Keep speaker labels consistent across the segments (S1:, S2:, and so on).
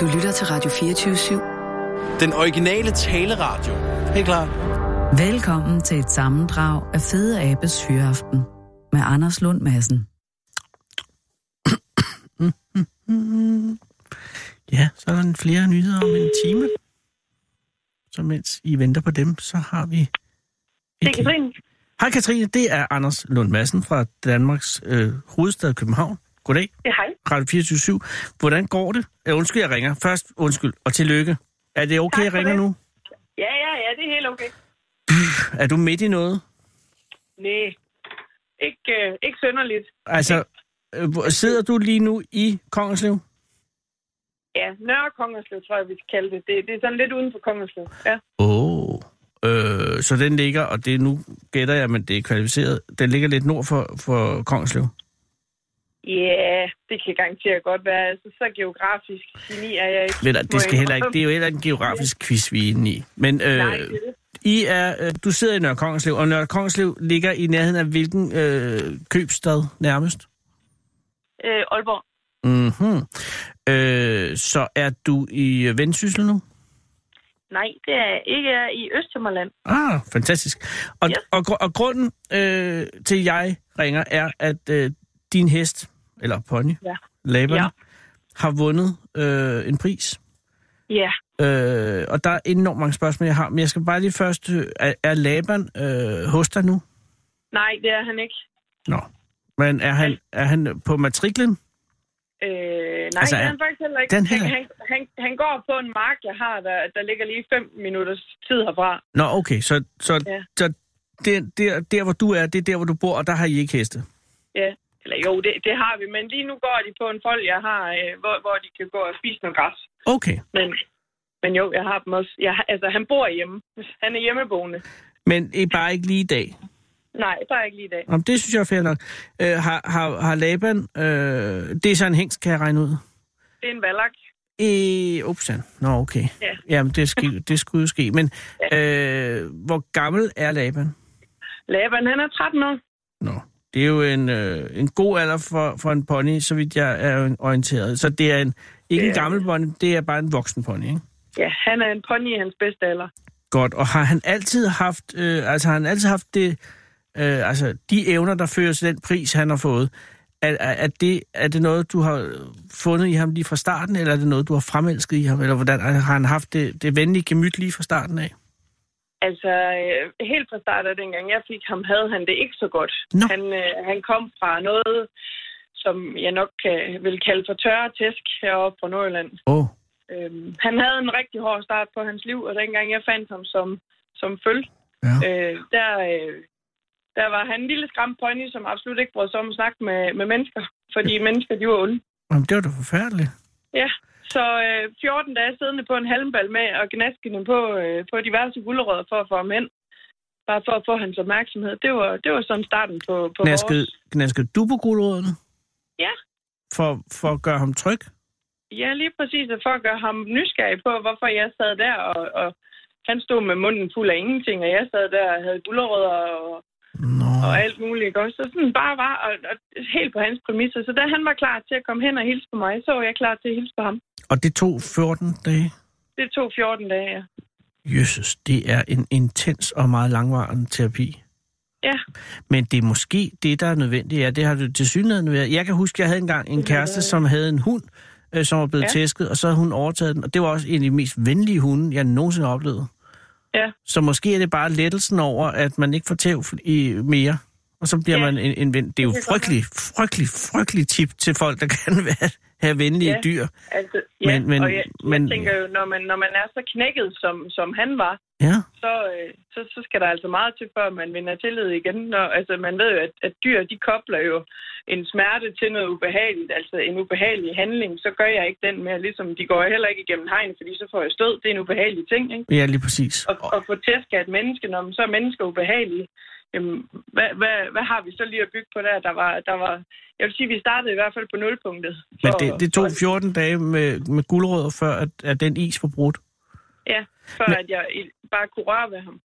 S1: Du lytter til Radio 24-7.
S2: Den originale taleradio. Helt klar.
S1: Velkommen til et sammendrag af Fede Abes Hyreaften med Anders Lund Madsen.
S3: Ja, så er der flere nyheder om en time. Så mens I venter på dem, så har vi...
S4: Det er Katrine.
S3: Hej Katrine, det er Anders Lund Madsen fra Danmarks øh, hovedstad København. Goddag.
S4: Ja, hej.
S3: Radio 24 Hvordan går det? Uh, undskyld, jeg ringer. Først undskyld, og tillykke. Er det okay, jeg ringer det. nu?
S4: Ja, ja, ja, det er helt okay.
S3: Er du midt i noget?
S4: Nej, ikke, øh, ikke sønderligt.
S3: Altså, øh, sidder du lige nu i Kongeslev?
S4: Ja, Nørre Kongerslev, tror jeg, vi skal kalde det. Det, det er sådan lidt uden for Kongerslev, ja.
S3: Åh, oh. øh, så den ligger, og det nu gætter jeg, men det er kvalificeret, den ligger lidt nord for, for Kongerslev?
S4: Ja, yeah, det kan garanteret godt være. Altså, så geografisk geni er jeg ikke.
S3: Ved øh, det, skal heller ikke, det er jo heller ikke en geografisk yeah. quiz, vi er inde i. Men øh, Nej, det det. I er, øh, du sidder i Nørre Kongerslev, og Nørre Kongerslev ligger i nærheden af hvilken øh, købstad nærmest?
S4: Øh, Aalborg.
S3: Mm-hmm. Øh, så er du i øh, Vendsyssel nu?
S4: Nej, det er ikke jeg er i Østtimmerland.
S3: Ah, fantastisk. Og, yes. og, og, og grunden øh, til, at jeg ringer, er, at øh, din hest, eller pony, ja. Laban, ja. har vundet øh, en pris.
S4: Ja.
S3: Øh, og der er enormt mange spørgsmål, jeg har, men jeg skal bare lige først... øh, Er, er Laban øh, hos dig nu?
S4: Nej, det er han ikke.
S3: Nå. Men er han, er han på matriklen?
S4: Øh, nej, altså, er, han faktisk heller ikke. Den her... han, han, han går på en mark, jeg har, der, der ligger lige fem minutters tid herfra.
S3: Nå, okay, så, så, ja. så det, der, der, hvor du er, det er der, hvor du bor, og der har I ikke heste?
S4: Ja, eller jo, det, det har vi, men lige nu går de på en fold, jeg har, øh, hvor, hvor de kan gå og spise noget græs.
S3: Okay.
S4: Men, men jo, jeg har dem også. Jeg, har, altså, han bor hjemme. Han er hjemmeboende.
S3: Men I bare ikke lige i dag?
S4: Nej, bare ikke lige i dag.
S3: Jamen, det synes jeg er fair nok. Øh, har, har, har Laban... Øh, det er så en hængst, kan jeg regne ud?
S4: Det er en valak.
S3: Øh, upsan. Nå, okay. Ja. Jamen, det, ske, det skulle jo ske. Men ja. øh, hvor gammel er Laban?
S4: Laban, han er 13 år.
S3: Nå, det er jo en, øh, en god alder for, for en pony, så vidt jeg er orienteret. Så det er en, ikke ja. en gammel pony, det er bare en voksen pony, ikke?
S4: Ja, han er en pony i hans bedste alder.
S3: Godt, og har han altid haft, øh, altså har han altid haft det, øh, altså de evner, der fører til den pris, han har fået, er, er, det, er det noget, du har fundet i ham lige fra starten, eller er det noget, du har fremelsket i ham, eller hvordan øh, har han haft det, det venlige gemyt lige fra starten af?
S4: Altså, øh, helt fra starten af dengang jeg fik ham, havde han det ikke så godt.
S3: No.
S4: Han, øh, han kom fra noget, som jeg nok øh, vil kalde for tørre tæsk heroppe fra Nordjylland.
S3: Oh.
S4: Øhm, han havde en rigtig hård start på hans liv, og dengang jeg fandt ham som, som føl, ja. øh, der, øh, der var han en lille skræmt pony, som absolut ikke brød sig om at snakke med, med mennesker, fordi ja. mennesker, de var onde.
S3: Jamen, det var da forfærdeligt.
S4: Ja, så øh, 14 dage siddende på en halmbal med og gnaskende på, øh, på diverse gulderødder for at få ham hen. Bare for at få hans opmærksomhed. Det var, det var sådan starten på, på
S3: gnaskede, vores... Gnaskede du på gulderødderne?
S4: Ja.
S3: For, for at gøre ham tryg?
S4: Ja, lige præcis. Og for at gøre ham nysgerrig på, hvorfor jeg sad der, og, og han stod med munden fuld af ingenting, og jeg sad der og havde gulderødder og,
S3: Nå.
S4: og alt muligt. Ikke? Så sådan bare var, og, og helt på hans præmisser. Så da han var klar til at komme hen og hilse på mig, så var jeg klar til at hilse på ham.
S3: Og det tog 14 dage?
S4: Det tog 14 dage, ja.
S3: Jesus, det er en intens og meget langvarende terapi.
S4: Ja.
S3: Men det er måske det, der er nødvendigt. Ja, det har du til synligheden været. Jeg kan huske, jeg havde engang en kæreste, som havde en hund, øh, som var blevet ja. tæsket, og så havde hun overtaget den. Og det var også en af de mest venlige hunde, jeg nogensinde har oplevet.
S4: Ja.
S3: Så måske er det bare lettelsen over, at man ikke får tæv i mere. Og så bliver ja. man en, en ven. Det er jo det frygtelig, frygtelig, frygtelig tip til folk, der kan være, have venlige
S4: ja.
S3: dyr.
S4: Altså, ja, men, men, og jeg, jeg men, tænker jo, når man, når man er så knækket, som, som han var,
S3: ja.
S4: så, øh, så, så skal der altså meget til, før man vinder tillid igen. Når, altså, man ved jo, at, at dyr, de kobler jo en smerte til noget ubehageligt. Altså, en ubehagelig handling, så gør jeg ikke den mere. Ligesom, de går heller ikke igennem hegn, fordi så får jeg stød. Det er en ubehagelig ting, ikke?
S3: Ja, lige præcis.
S4: Og, og få tæsk af et menneske, når man så er mennesker ubehagelige jamen, hvad, hvad, hvad har vi så lige at bygge på der? Der var, der var, jeg vil sige, vi startede i hvert fald på nulpunktet.
S3: Men det, det tog 14 dage med, med guldrødder, før at, at den is var brudt?
S4: Ja, før Men, at jeg bare kunne røre ved ham.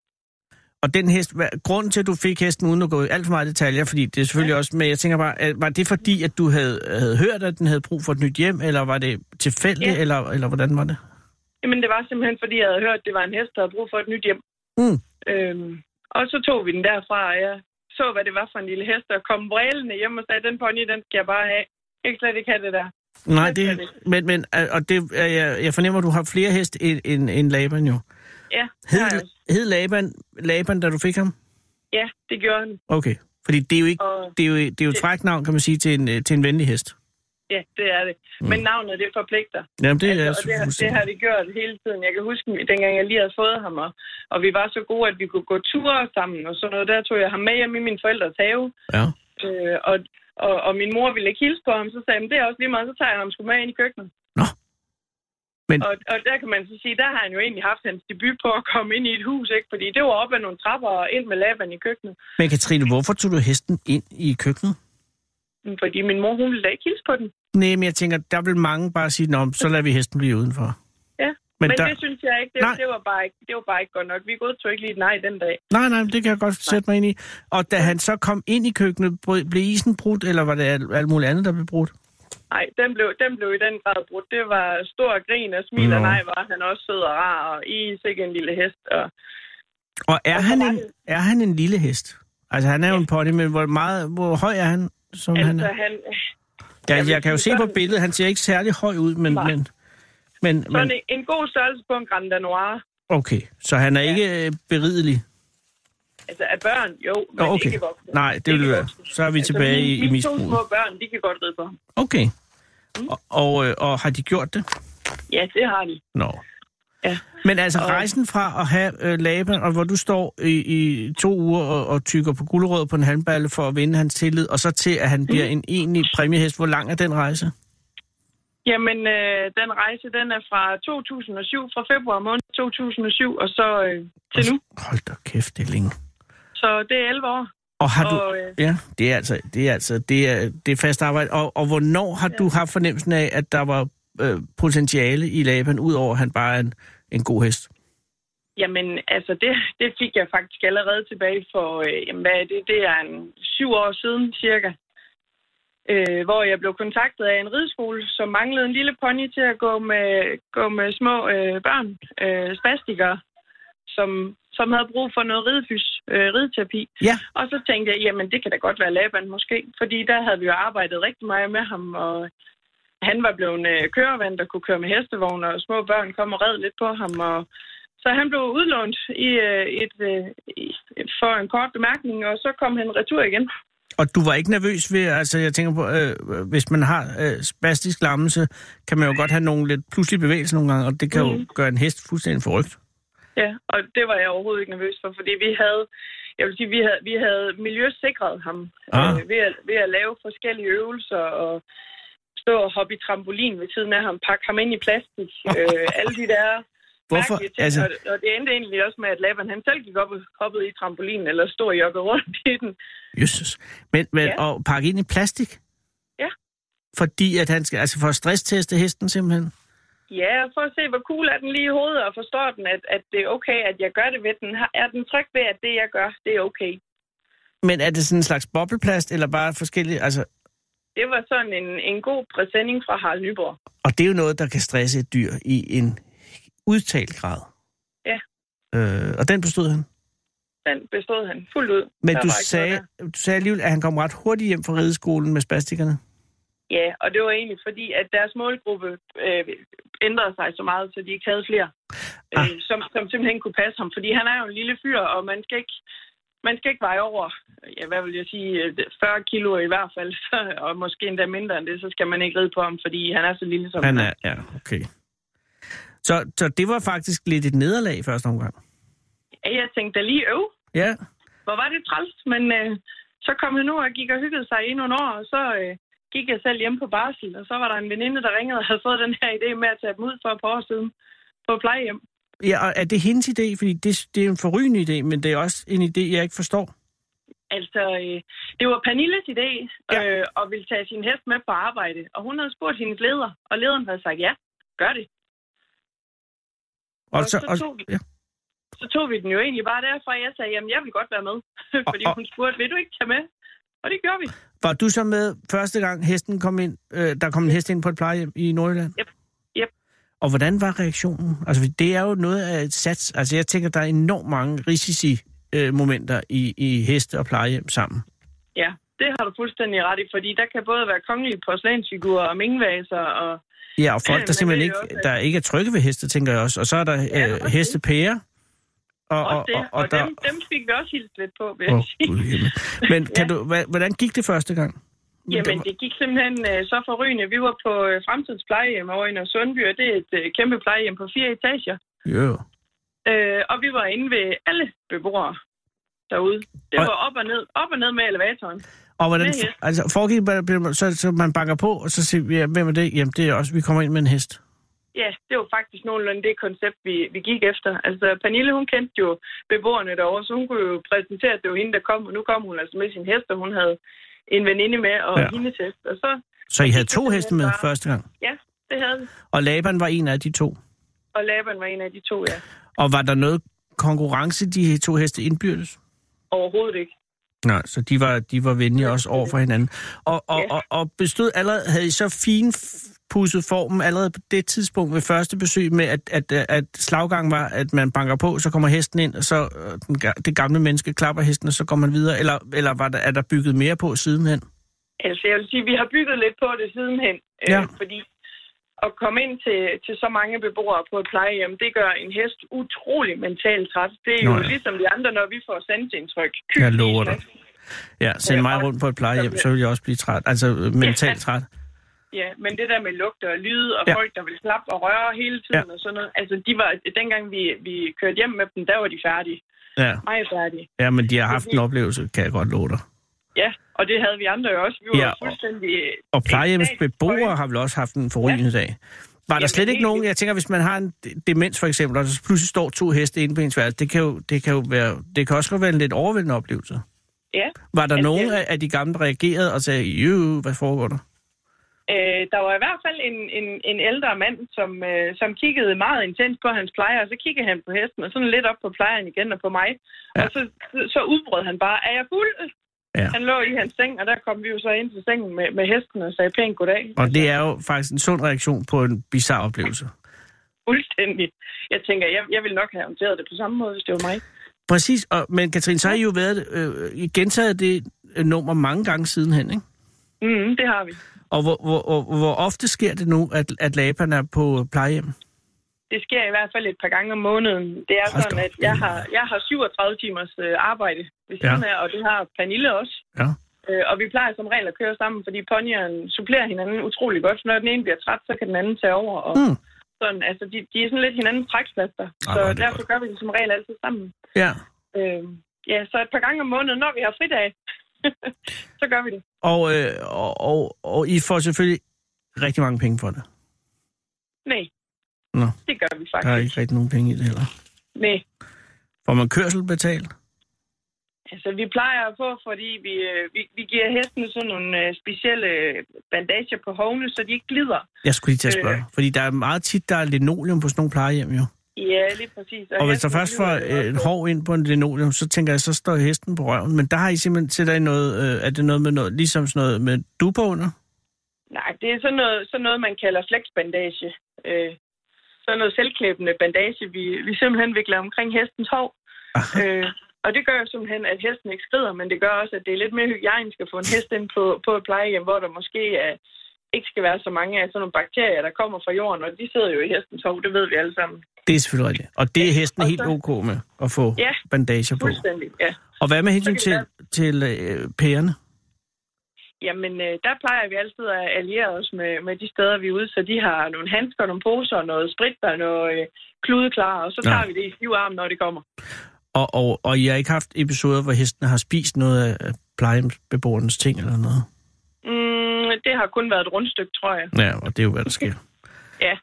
S3: Og den hest, hvad, grunden til, at du fik hesten, uden at gå i alt for meget detaljer, fordi det er selvfølgelig ja. også med, jeg tænker bare, at, var det fordi, at du havde, havde hørt, at den havde brug for et nyt hjem, eller var det tilfældigt, ja.
S4: Ja.
S3: eller, eller hvordan var det?
S4: Jamen, det var simpelthen, fordi jeg havde hørt, at det var en hest, der havde brug for et nyt hjem.
S3: Mm.
S4: Øhm, og så tog vi den derfra, og jeg så, hvad det var for en lille hest, og kom brælende hjem og sagde, den pony, den skal jeg bare have. Jeg kan slet ikke have det der.
S3: Nej,
S4: Det er
S3: det,
S4: det.
S3: men, men øh, og det, er jeg, jeg fornemmer, at du har flere hest end, end, end Laban jo.
S4: Ja, det har jeg
S3: Hed,
S4: også.
S3: hed Laban, Laban, da du fik ham?
S4: ja det gjorde han.
S3: Okay. Fordi det er jo, ikke,
S4: Og
S3: det er jo, det er jo et frækt navn, kan man sige, til en, øh, til en venlig hest.
S4: ja, det er det. Men navnet, det forpligter.
S3: Jamen, Mm. det
S4: altså, og
S3: er
S4: det, det har det gjort hele tiden. Jeg kan huske, dengang jeg lige havde fået ham, og, og vi var så gode, at vi kunne gå ture sammen og sådan noget. Der tog jeg ham med hjem i min forældres have,
S3: Ja.
S4: øh, og, og, og min mor ville ikke hilse på ham, så sagde jeg, "Men det er også lige meget, så tager jeg ham sgu med ind i køkkenet.
S3: Nå. Men-
S4: Og, og der kan man så sige, der har han jo egentlig haft hans debut på at komme ind i et hus, ikke? fordi det var op ad nogle trapper og ind med laban i køkkenet.
S3: Men Katrine, hvorfor tog du hesten ind i køkkenet?
S4: Mm, Fordi min mor, hun ville da ikke hilse på den.
S3: Nej, men jeg tænker, der vil mange bare sige, Nå, så lader vi hesten blive udenfor.
S4: Ja.
S3: Men,
S4: Men, Men
S3: der,
S4: det synes jeg ikke, det,
S3: Nej.
S4: det, var bare ikke, det var bare ikke godt nok. Vi godtog ikke lige et nej den dag.
S3: Nej, nej, men det kan jeg godt sætte mig ind i. Og da han så kom ind i køkkenet, brød- blev isen brudt, eller var det alt, alt muligt andet, der blev brudt?
S4: Nej, den blev, den blev i den grad brudt. Det var stor grin og smil, og
S3: Nå.
S4: nej, var han også sød og rar, og i sikke en lille hest. Og...
S3: Og er,
S4: Og
S3: han
S4: hvor var
S3: en,
S4: det?
S3: er han en lille hest? Altså, han er jo en pony, men hvor, meget, hvor høj er han? Som han
S4: Altså,
S3: er?
S4: han, jeg
S3: Ja,
S4: vil
S3: jeg kan jo se
S4: sige
S3: på
S4: sådan-
S3: billedet, han ser ikke særlig høj ud, men...
S4: Nej.
S3: men men,
S4: sådan
S3: men
S4: en- en god størrelse på en Grand Danois.
S3: okay, så han er
S4: Ja.
S3: ikke øh, beridelig?
S4: Altså, af børn, jo, men
S3: Nå, okay.
S4: ikke voksne.
S3: Nej, det
S4: Ikke
S3: vil være.
S4: voksne.
S3: Så er vi
S4: Altså,
S3: tilbage
S4: mine,
S3: i, i
S4: mine to små
S3: misbruget.
S4: børn, de kan godt ride på ham.
S3: Okay.
S4: Mm.
S3: Og, og, øh, og har de gjort det?
S4: Ja, det har de.
S3: Nå.
S4: Ja.
S3: Men altså
S4: Og-
S3: rejsen fra at have øh, Laban, og hvor du står i, i to uger og, og tykker på gulerød på en handballe for at vinde hans tillid, og så til, at han bliver
S4: Mm.
S3: en egentlig præmiehest. Hvor lang er den rejse?
S4: Jamen, øh, den rejse, den er fra 2007, fra februar måned 2007, og så øh, til nu.
S3: Hold da kæft, det er længe.
S4: Så det er 11 år.
S3: Og har du...
S4: Og, øh,
S3: Ja, det er altså, det er, altså, det er, det er fast arbejde. Og, og hvornår har du haft fornemmelsen af, at der var øh, potentiale i Laban, udover at han bare er en, en god hest?
S4: Jamen, altså det, det fik jeg faktisk allerede tilbage for, øh, jamen, hvad er det, det er en syv år siden cirka, øh, hvor jeg blev kontaktet af en rideskole, som manglede en lille pony til at gå med, gå med små øh, børn, øh, spastikere, som, som havde brug for noget ridefys, øh, rideterapi.
S3: Ja.
S4: Og så tænkte jeg, jamen det kan da godt være Laban måske, fordi der havde vi jo arbejdet rigtig meget med ham, og han var blevet øh, kørevand, der kunne køre med hestevogn, og små børn kom og red lidt på ham, og så han blev udlånt i, øh, et, øh, i- for en kort bemærkning, og så kom han retur igen.
S3: Og du var ikke nervøs ved, altså jeg tænker på, øh, hvis man har øh, spastisk lammelse, kan man jo godt have nogle lidt pludselige bevægelser nogle gange, og det kan jo
S4: Mhm.
S3: gøre en hest fuldstændig forrygt.
S4: Ja, og det var jeg overhovedet ikke nervøs for, fordi vi havde, jeg vil sige, vi havde, vi havde miljøsikret ham
S3: Ah.
S4: øh, ved, at, ved at lave forskellige øvelser og stå og hoppe i trampolin ved siden af ham, pakke ham ind i plastik, øh, alle de der
S3: Hvorfor?
S4: mærkelige ting.
S3: Altså-
S4: Altså... Og, og det endte egentlig også med, at Laban han selv gik op og hoppede i trampolinen, eller stod og joggede rundt i den.
S3: Jesus. Men, men ja.
S4: Ja.
S3: og pakke ind i plastik?
S4: Ja.
S3: Fordi at han skal, altså for at stressteste hesten simpelthen?
S4: Ja, for at se, hvor cool er den lige i hovedet, og forstår den, at, at det er okay, at jeg gør det ved den. Har- Er den tryg ved, at det, jeg gør, det er okay?
S3: Men er det sådan en slags bobleplast, eller bare forskellige, altså
S4: Det var sådan en, en god præsending fra Harald Nyborg.
S3: Og det er jo noget, der kan stresse et dyr i en udtalt grad.
S4: Ja.
S3: Øh, og den bestod han.
S4: Den bestod han fuldt ud.
S3: Men
S4: Der
S3: du
S4: var ikke noget
S3: sagde,
S4: der.
S3: du sagde alligevel, at han kom ret hurtigt hjem fra rideskolen med spastikkerne.
S4: Ja, og det var egentlig fordi, at deres målgruppe øh, ændrede sig så meget, så de ikke havde flere,
S3: Ah.
S4: øh, som, som simpelthen kunne passe ham. Fordi han er jo en lille fyr, og man skal ikke, man skal ikke veje over, ja, hvad vil jeg sige, øh, 40 kilo i hvert fald, og måske endda mindre end det, så skal man ikke ride på ham, fordi han er så lille som
S3: Han er, ja, okay. Så, så det var faktisk lidt et nederlag i første omgang.
S4: Ja, jeg tænkte da lige, øv,
S3: Ja,
S4: hvor var det træls, men øh, så kom han nu og gik og hyggede sig i nogle år, og så øh, gik jeg selv hjem på barsel, og så var der en veninde, der ringede og havde fået den her idé med at tage dem ud for et par år siden på plejehjem.
S3: ja og er det hendes idé? Fordi det, det er en forrygende idé, men det er også en idé, jeg ikke forstår.
S4: Altså, øh, det var Pernilles idé
S3: Ja.
S4: øh, at ville tage sin hest med på arbejde, og hun havde spurgt hendes leder, og lederen havde sagt, ja, gør det.
S3: Og
S4: Og
S3: så,
S4: så
S3: og,
S4: tog vi-
S3: ja.
S4: så tog vi den jo egentlig bare derfra, og jeg sagde, jamen jeg vil godt være med. Fordi
S3: Og- og-
S4: hun spurgte, vil du ikke tage med? Og det gjorde vi.
S3: Var du så med første gang hesten kom ind, øh, der kom en hest ind på et plejehjem i Nordjylland?
S4: Yep. Yep.
S3: Og hvordan var reaktionen? Altså, det er jo noget af et sats. Altså, jeg tænker, der er enormt mange risici-momenter i, i heste og plejehjem sammen.
S4: Ja, det har du fuldstændig ret i, fordi der kan både være kongelige porcelænsfigurer og mingvaser, og
S3: Ja, og folk,
S4: Men
S3: der
S4: det
S3: simpelthen
S4: er
S3: ikke,
S4: jo også-
S3: der ikke er trygge ved heste, tænker jeg også. Og så er der
S4: Ja, også
S3: øh,
S4: det.
S3: hestepærer. Og,
S4: også
S3: og,
S4: det.
S3: og, og,
S4: og
S3: der...
S4: dem, dem fik vi også hilst lidt på, vil
S3: Åh,
S4: jeg
S3: oh,
S4: sige.
S3: Gud, himmel. Men kan du, hva- hvordan gik det første gang?
S4: Jamen, det gik simpelthen øh, så forrygende. Vi var på øh, Fremtids Plejehjem over i Nørre Sundby, og det er et øh, kæmpe plejehjem på fire etager.
S3: Jo.
S4: Øh, og vi var inde ved alle beboere derude. Det
S3: Og-
S4: var op og ned, op og ned med elevatoren.
S3: Og hvordan,
S4: Med hest.
S3: altså foregik det, så, så man banker på, og så siger vi, ja, hvem er det? Jamen, det er også, vi kommer ind med en hest.
S4: Ja, det var faktisk nogenlunde det koncept, vi, vi gik efter. Altså, Pernille, hun kendte jo beboerne derovre, så hun kunne jo præsentere, at det var hende, der kom, og nu kom hun altså med sin hest, og hun havde en veninde med, og
S3: Ja.
S4: ja. hendes hest, og så,
S3: Så I havde to
S4: simpelthen
S3: heste med
S4: bare-
S3: første gang,
S4: ja, det havde vi.
S3: og Laban var en af de to.
S4: Og Laban var en af de to, ja.
S3: Og var der noget konkurrence, de to heste indbyrdes?
S4: Overhovedet ikke.
S3: Nej, så de var, de var venlige også over for hinanden. Og, og,
S4: Ja.
S3: og, og bestod allerede, havde I så finpudset formen allerede på det tidspunkt ved første besøg med, at, at, at slaggangen var, at man banker på, så kommer hesten ind, og så øh, den, ga- det gamle menneske klapper hesten, og så går man videre? Eller, eller var der, er der bygget mere på sidenhen?
S4: Altså, jeg vil sige, vi har bygget lidt på det sidenhen,
S3: Ja.
S4: øh, fordi at komme ind til, til så mange beboere på et plejehjem, det gør en hest utrolig mentalt træt. Det er
S3: Nå
S4: jo
S3: ja.
S4: ligesom de andre, når vi får sanseindtryk.
S3: Jeg lover dig. Ja, send
S4: Ja,
S3: mig
S4: og-
S3: rundt på et plejehjem, så vil jeg også blive træt. Altså øh, mentalt træt.
S4: Ja, men det der med lugte og lyde, og
S3: Ja.
S4: ja. folk, der vil klappe og røre hele tiden
S3: Ja.
S4: ja. og sådan noget. Altså, de var, dengang vi, vi kørte hjem med dem, der var de færdige.
S3: Ja.
S4: Meget færdige.
S3: ja, men de har haft en oplevelse, kan jeg godt love dig.
S4: Ja, og det havde vi andre jo også. Vi var
S3: Ja,
S4: ja,
S3: og-
S4: fuldstændig...
S3: Og plejehjems beboere har vel også haft en forrygende dag. Var der
S4: Jamen,
S3: slet ikke
S4: helt
S3: nogen,
S4: vildt.
S3: jeg tænker, hvis man har en de- demens for eksempel, og så pludselig står to heste inde på ens værelse, det kan jo, det kan jo være, det kan også godt være en lidt overvældende oplevelse.
S4: Ja,
S3: Var der
S4: Ja,
S3: nogen
S4: det-
S3: af, af de gamle, der reagerede og sagde, jo, hvad foregår der?
S4: Øh, der var i hvert fald en, en, en ældre mand, som, øh, som kiggede meget intens på hans plejer, og så kiggede han på hesten, og sådan lidt op på plejeren igen og på mig.
S3: Ja.
S4: Ja. Og så, så udbrød han bare, er jeg fuld?
S3: Ja.
S4: Ja. Han lå i hans seng, og der kom vi jo så ind til sengen med, med hesten og sagde pænt goddag.
S3: Og det er jo faktisk en sund reaktion på en bizarre oplevelse.
S4: Fuldstændig. Jeg tænker, jeg, jeg ville nok have håndteret det på samme måde, hvis det var mig.
S3: Præcis, og, men Katrine, så har I jo været, øh, I gentaget det øh, nummer mange gange sidenhen, ikke?
S4: Mm, det har vi.
S3: Og hvor, hvor, hvor, hvor ofte sker det nu, at, at Laban er på plejehjem?
S4: Det sker i hvert fald et par gange om måneden. Det er
S3: Hold da
S4: sådan, at
S3: op.
S4: jeg har, jeg har 37 timers øh, arbejde ved
S3: Ja.
S4: siden af, og det har Pernille også.
S3: Ja.
S4: Øh, og vi plejer som regel at køre sammen, fordi ponyerne supplerer hinanden utrolig godt. Når den ene bliver træt, så kan den anden tage over. Og
S3: Mm.
S4: mm. sådan, altså, de, de er sådan lidt hinandens trækslaster.
S3: Ej,
S4: Så
S3: hvor er det
S4: derfor
S3: godt.
S4: gør vi det som regel altid sammen.
S3: Ja.
S4: Øh, ja, så et par gange om måneden, når vi har fridag, så gør vi det.
S3: Og, øh, og, og, og I får selvfølgelig rigtig mange penge for det.
S4: Nej,
S3: Nå.
S4: det gør vi
S3: Der er
S4: faktisk.
S3: ikke rigtig nogen penge i det heller.
S4: Nej.
S3: Får man kørsel betalt?
S4: Altså, vi plejer at få, fordi vi, øh, vi, vi giver hestene sådan nogle øh, specielle bandager på hovene, så de ikke glider.
S3: Jeg skulle lige til at spørge.
S4: Øh.
S3: Fordi der er meget tit, der er linoleum på sådan nogle plejehjem jo.
S4: Ja, lige præcis.
S3: Og hvis der
S4: hestene
S3: først får
S4: glider jo
S3: øh, et
S4: også.
S3: hår ind på en linoleum, så tænker jeg, så står hesten på røven. Men der har I simpelthen sætter I noget, øh, er det noget med noget, ligesom sådan noget med duber under?
S4: Nej, det er sådan noget, sådan noget man kalder flexbandage. Øh, sådan noget selvklæbende bandage, vi, vi simpelthen vikler omkring hestens hår. Øh, og det gør jo simpelthen, at hesten ikke skrider, men det gør også, at det er lidt mere hygiejnisk at få en hest ind på, på et plejehjem, hvor der måske er, ikke skal være så mange af sådan nogle bakterier, der kommer fra jorden, og de sidder jo i hestens hår, det ved vi alle sammen.
S3: Det er selvfølgelig rigtigt. Og det er hesten
S4: og
S3: helt
S4: så-
S3: ok med at få
S4: Ja,
S3: bandager på.
S4: Fuldstændig, ja.
S3: Og hvad med hensyn
S4: Så kan
S3: til,
S4: det
S3: til øh, pærerne?
S4: Jamen, øh, der plejer vi altid at alliere os med, med de steder, vi er ude, så de har nogle handsker, nogle poser, noget sprit og noget øh, kludeklar, og så
S3: Nå.
S4: tager vi det i stiv arm, når det kommer.
S3: Og, og, og I har ikke haft episoder, hvor hestene har spist noget af- af plejehjemsbeboernes ting eller noget?
S4: Mm, det har kun været et rundstykke, tror jeg.
S3: Ja, og det er jo, hvad der sker.
S4: Ja.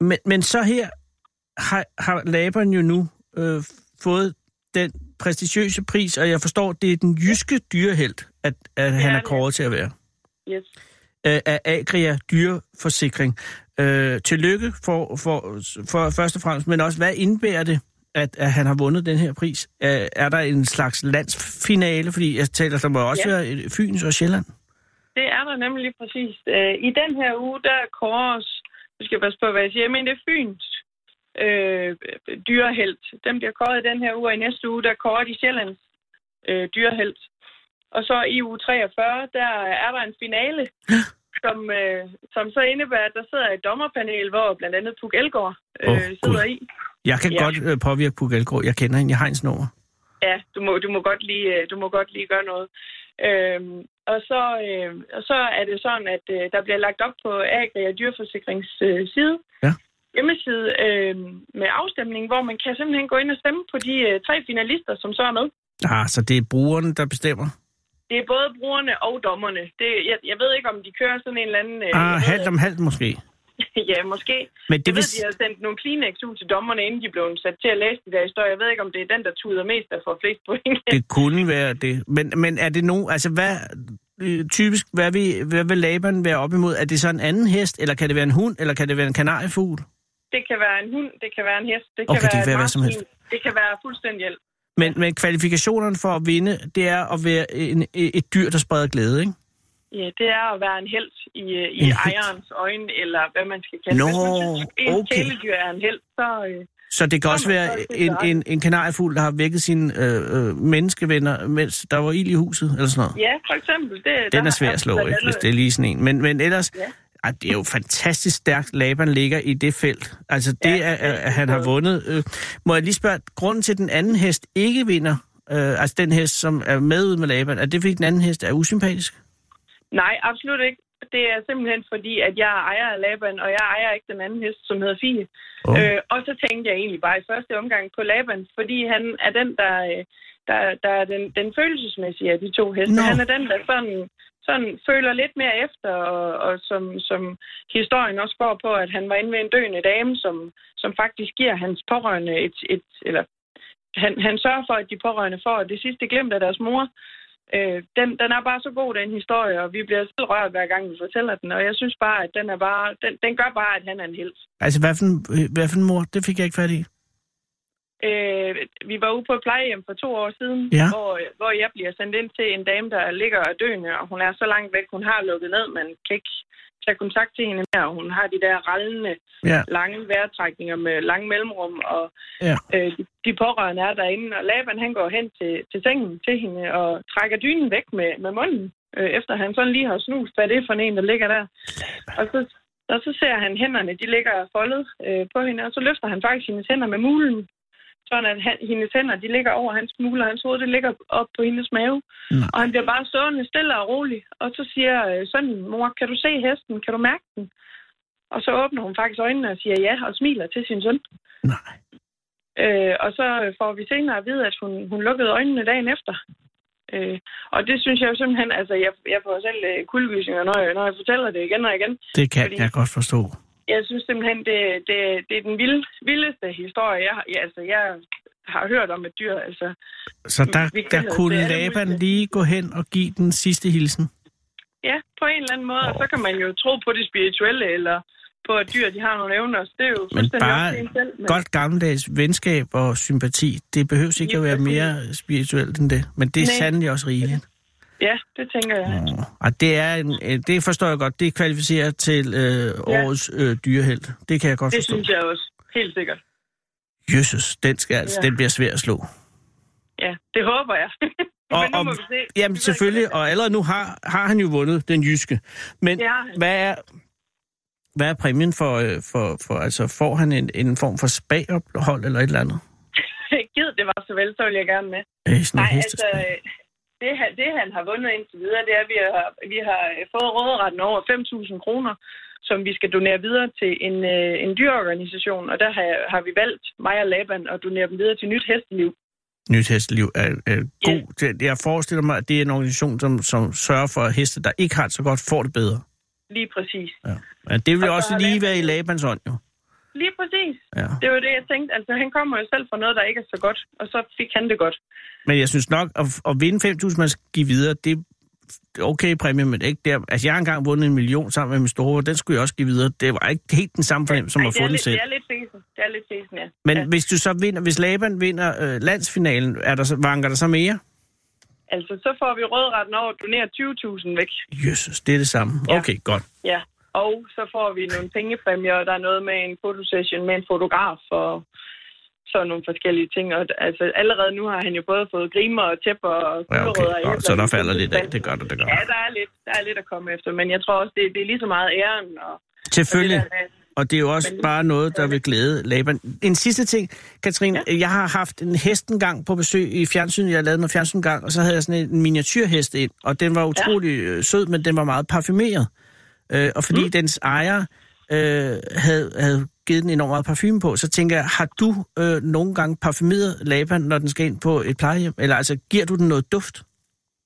S3: Men, men så her har, har Laban jo nu øh, fået den prestigiøse pris, og jeg forstår, det er den jyske dyrehelt, at, at han
S4: er
S3: er
S4: det.
S3: kåret til at være.
S4: Yes.
S3: øh, af Agria Dyreforsikring. Øh, tillykke for, for, for først og fremmest, men også hvad indebærer det at, at han har vundet den her pris? Er, er der en slags landsfinale? Fordi jeg taler, der må også ja.
S4: Ja.
S3: være øh, Fyns og Sjælland.
S4: Det er der nemlig lige præcis. Øh, I den her uge, der kåres, nu skal jeg passe på, hvad jeg siger, jeg mener, det er Fyns øh, dyrehelt. Dem bliver kåret i den her uge, og i næste uge, der kårer de Sjællands øh, dyrehelt. Og så i uge 43, der er der en finale, som, øh, som så indebærer, at der sidder et dommerpanel, hvor blandt andet Puk Elgård øh,
S3: Åh,
S4: oh,
S3: Gud.
S4: sidder i.
S3: Jeg kan ja.
S4: Ja.
S3: godt øh, påvirke Puk Elgård. Jeg kender hende. Jeg har hendes nummer.
S4: Ja, du må, du må, godt, lige, øh, du må godt lige gøre noget. Øhm, og, så, øh, og så er det sådan, at øh, der bliver lagt op på Agri og Dyrforsikrings øh, side,
S3: Ja.
S4: hjemmeside øh, med afstemning, hvor man kan simpelthen gå ind og stemme på de øh, tre finalister, som så er med.
S3: Ah, så det er brugerne, der bestemmer.
S4: Det er både brugerne og dommerne. Det, jeg, jeg ved ikke, om de kører sådan en eller anden... Øh, jeg
S3: Ah,
S4: ved,
S3: halvt om halvt måske.
S4: at- Ja, måske.
S3: Men
S4: Det
S3: det
S4: jeg
S3: vil...
S4: ved, de har sendt nogle Kleenex ud til dommerne, inden de blev sat til at læse de der historier. Jeg ved ikke, om det er den, der tuder mest, der får flest point.
S3: Det kunne være det. Men, men er det nogen... Altså, hvad... øh, Typisk, hvad vil, hvad vil laberen være op imod? Er det så en anden hest, eller kan det være en hund, eller kan det være en kanariefugl?
S4: Det kan være en hund, det kan være en hest, det kan
S3: Okay, det
S4: være
S3: kan
S4: et
S3: være hvad som
S4: marsvin, Det kan være fuldstændig alt.
S3: Men, men kvalifikationerne for at vinde, det er at være en, et dyr, der spreder glæde, ikke?
S4: Ja, det er at være en held i, øh, i
S3: En helt.
S4: ejerens øjne, eller hvad man skal kalde det.
S3: Nå,
S4: Hvis man synes, en
S3: okay.
S4: kæledyr er en held, så... Øh,
S3: Så det kan
S4: Nå,
S3: også
S4: men
S3: være
S4: så er det
S3: en,
S4: godt.
S3: en, en kanariefugl, der har vækket sine øh, øh, menneskevenner, mens der var ild i huset, eller sådan noget.
S4: ja, for eksempel. Det, der
S3: Den er svær at slå,
S4: blandt
S3: ikke, hvis
S4: andet-
S3: det er lige sådan en. Men, men ellers, ja.
S4: Ja.
S3: ej, det er jo fantastisk stærkt, Laban ligger i det felt. Altså det,
S4: Ja,
S3: ja, at,
S4: det er
S3: at han har
S4: godt.
S3: vundet. Øh, må jeg lige spørge, grunden til, at den anden hest ikke vinder, øh, altså den hest, som er med ud med Laban, er det fordi den anden hest er usympatisk?
S4: Nej, absolut ikke. Det er simpelthen fordi, at jeg er ejer af Laban, og jeg ejer ikke den anden hest, som hedder Fie.
S3: Åh.
S4: Øh, og så tænkte jeg egentlig bare i første omgang på Laban, fordi han er den, der, øh, der, der er den, den følelsesmæssige af de to heste.
S3: Nå.
S4: No. Han er den, der sådan, sådan føler lidt mere efter, og, og som, som historien også går på, at han var inde ved en døende dame, som, som faktisk giver hans pårørende et... et eller han, han sørger for, at de pårørende får det sidste glemt af deres mor. Øh, den, den er bare så god, den historie, og vi bliver selv rørt, hver gang vi fortæller den. Og jeg synes bare, at den, er bare, den, den gør bare, at han er en helt.
S3: Altså hvad for, en, øh, hvad for en mor? Det fik jeg ikke fat i.
S4: Øh, vi var ude på et plejehjem for to år siden,
S3: Ja.
S4: hvor, øh, hvor jeg bliver sendt ind til en dame, der ligger og døende, og hun er så langt væk, hun har lukket ned, man kan ikke tage kontakt til hende mere. Hun har de der rallende,
S3: Ja.
S4: lange vejrtrækninger med lange mellemrum, og
S3: Ja.
S4: øh, de, de pårørende er derinde, og Laban han går hen til, til sengen til hende og trækker dynen væk med, med munden, øh, efter han sådan lige har snust, hvad det er for en, der ligger der. Og så, og så ser han hænderne, de ligger foldet øh, på hende, og så løfter han faktisk hendes hænder med mulen, sådan at han, hendes hænder, de ligger over hans mule, og hans hoved, det ligger op på hendes mave.
S3: Nej.
S4: Og han bliver bare stående stille og rolig, og så siger øh, sådan, mor, kan du se hesten? Kan du mærke den? Og så åbner hun faktisk øjnene og siger ja, og smiler til sin søn.
S3: Nej.
S4: Øh, og så får vi senere at vide, at hun, hun lukkede øjnene dagen efter. Øh, og det synes jeg jo simpelthen, altså jeg, jeg får selv øh, kuldegysninger, når jeg, når jeg fortæller det igen og igen.
S3: Det kan Fordi...
S4: Fordi-
S3: jeg godt forstå.
S4: Jeg synes simpelthen, det, det, det er den vild, vildeste historie, jeg, har- ja, altså, jeg har hørt om et dyr. Altså,
S3: Så der,
S4: Vi kan
S3: der
S4: hedde
S3: kunne
S4: det alle
S3: Laban
S4: mulige.
S3: lige gå hen og give den sidste hilsen.
S4: ja, på en eller anden måde, oh. så kan man jo tro på det spirituelle, eller på, at dyr de har nogle evner. Så det er jo
S3: Men
S4: fuldstændig op til
S3: bare
S4: en selv. Men
S3: godt gammeldags venskab og sympati, det behøves ikke
S4: Lige
S3: at være
S4: præcis.
S3: mere spirituelt end det. Men det er
S4: Nej.
S3: sandelig også rigeligt.
S4: Ja, det tænker jeg.
S3: Åh, Og det, er en, øh, det forstår jeg godt. Det kvalificerer til øh, årets øh, dyreheld. Det kan jeg godt
S4: Det
S3: forstå.
S4: synes jeg også, helt sikkert.
S3: Jøsses, den, skal, altså,
S4: Ja.
S3: den bliver svær at slå.
S4: Ja, det håber jeg.
S3: Og-
S4: Men nu må
S3: og-
S4: vi se. Vi
S3: Jamen
S4: ved
S3: selvfølgelig,
S4: ikke, hvad
S3: og allerede nu har, har han jo vundet den jyske. Men
S4: Det har han.
S3: hvad er, hvad er præmien for, øh, for, for, altså får han en, en form for spagophold eller et eller andet?
S4: det er. Gid det var så vel, så vil jeg gerne med.
S3: Øh, sådan
S4: Nej,
S3: noget
S4: altså,
S3: hestespag.
S4: øh, det, han- det han har vundet indtil videre, det er, at vi har, vi har øh, fået råderetten over 5.000 kroner, som vi skal donere videre til en, øh, en dyreorganisation, og der har, har vi valgt, mig og Laban, at donere dem videre til Nyt Hesteliv.
S3: Nyt hesteliv er, er god. til- Jeg forestiller mig, at det er en organisation, som, som sørger for, at heste, der ikke har det så godt, får det bedre.
S4: Lige præcis.
S3: Ja. Ja, det vil
S4: Og så
S3: også
S4: Altså, har
S3: lige
S4: Laban-
S3: være i Labans ånd, jo.
S4: Lige præcis.
S3: Ja.
S4: Det var det, jeg tænkte. Altså, han kommer jo selv fra noget, der ikke er så godt, og så fik han det godt.
S3: Men jeg synes nok, at, at vinde 5.000, man skal give videre, det er okay præmie, men ikke der. Altså, jeg har engang vundet en million sammen med min store, den skulle jeg også give videre. Det var ikke helt den samme fornemmelse, som
S4: Ej,
S3: at
S4: det,
S3: få
S4: er
S3: den
S4: lidt,
S3: selv.
S4: det er lidt fesen. det er lidt fesen, ja.
S3: Men
S4: ja.
S3: ja. hvis du så vinder, hvis Laban vinder øh, landsfinalen, er der så, vanker der så mere?
S4: Altså, så får vi rødretten over at donere 20.000 væk.
S3: Jesus, det er det samme.
S4: Ja.
S3: Okay, godt.
S4: Ja, og så får vi nogle pengepræmier, og der er noget med en fotosession med en fotograf og sådan nogle forskellige ting. Og altså, allerede nu har han jo både fået grimer og tæpper og
S3: Ja, okay.
S4: gulerødder i
S3: Godt, så der
S4: æbler.
S3: falder lidt af. Det gør der, det gør
S4: Ja,
S3: der.
S4: der er, lidt, der er lidt at komme efter, men jeg tror også, det, det er lige så meget æren. Og,
S3: Selvfølgelig.
S4: Og det der med-
S3: Og det er jo også
S4: Men-
S3: bare noget, der vil glæde Laban. En sidste ting, Katrine. Ja. Jeg har haft en hestengang på besøg i fjernsynet. Jeg lavede noget fjernsyngang, og så havde jeg sådan en miniatyrhest ind. Og den var utrolig ja. sød, men den var meget parfumeret. Øh, og fordi mm. dens ejer øh, havde, havde givet den enormt meget parfume på, så tænker jeg, har du øh, nogle gange parfumeret Laban, når den skal ind på et plejehjem? Eller altså, giver du den noget duft?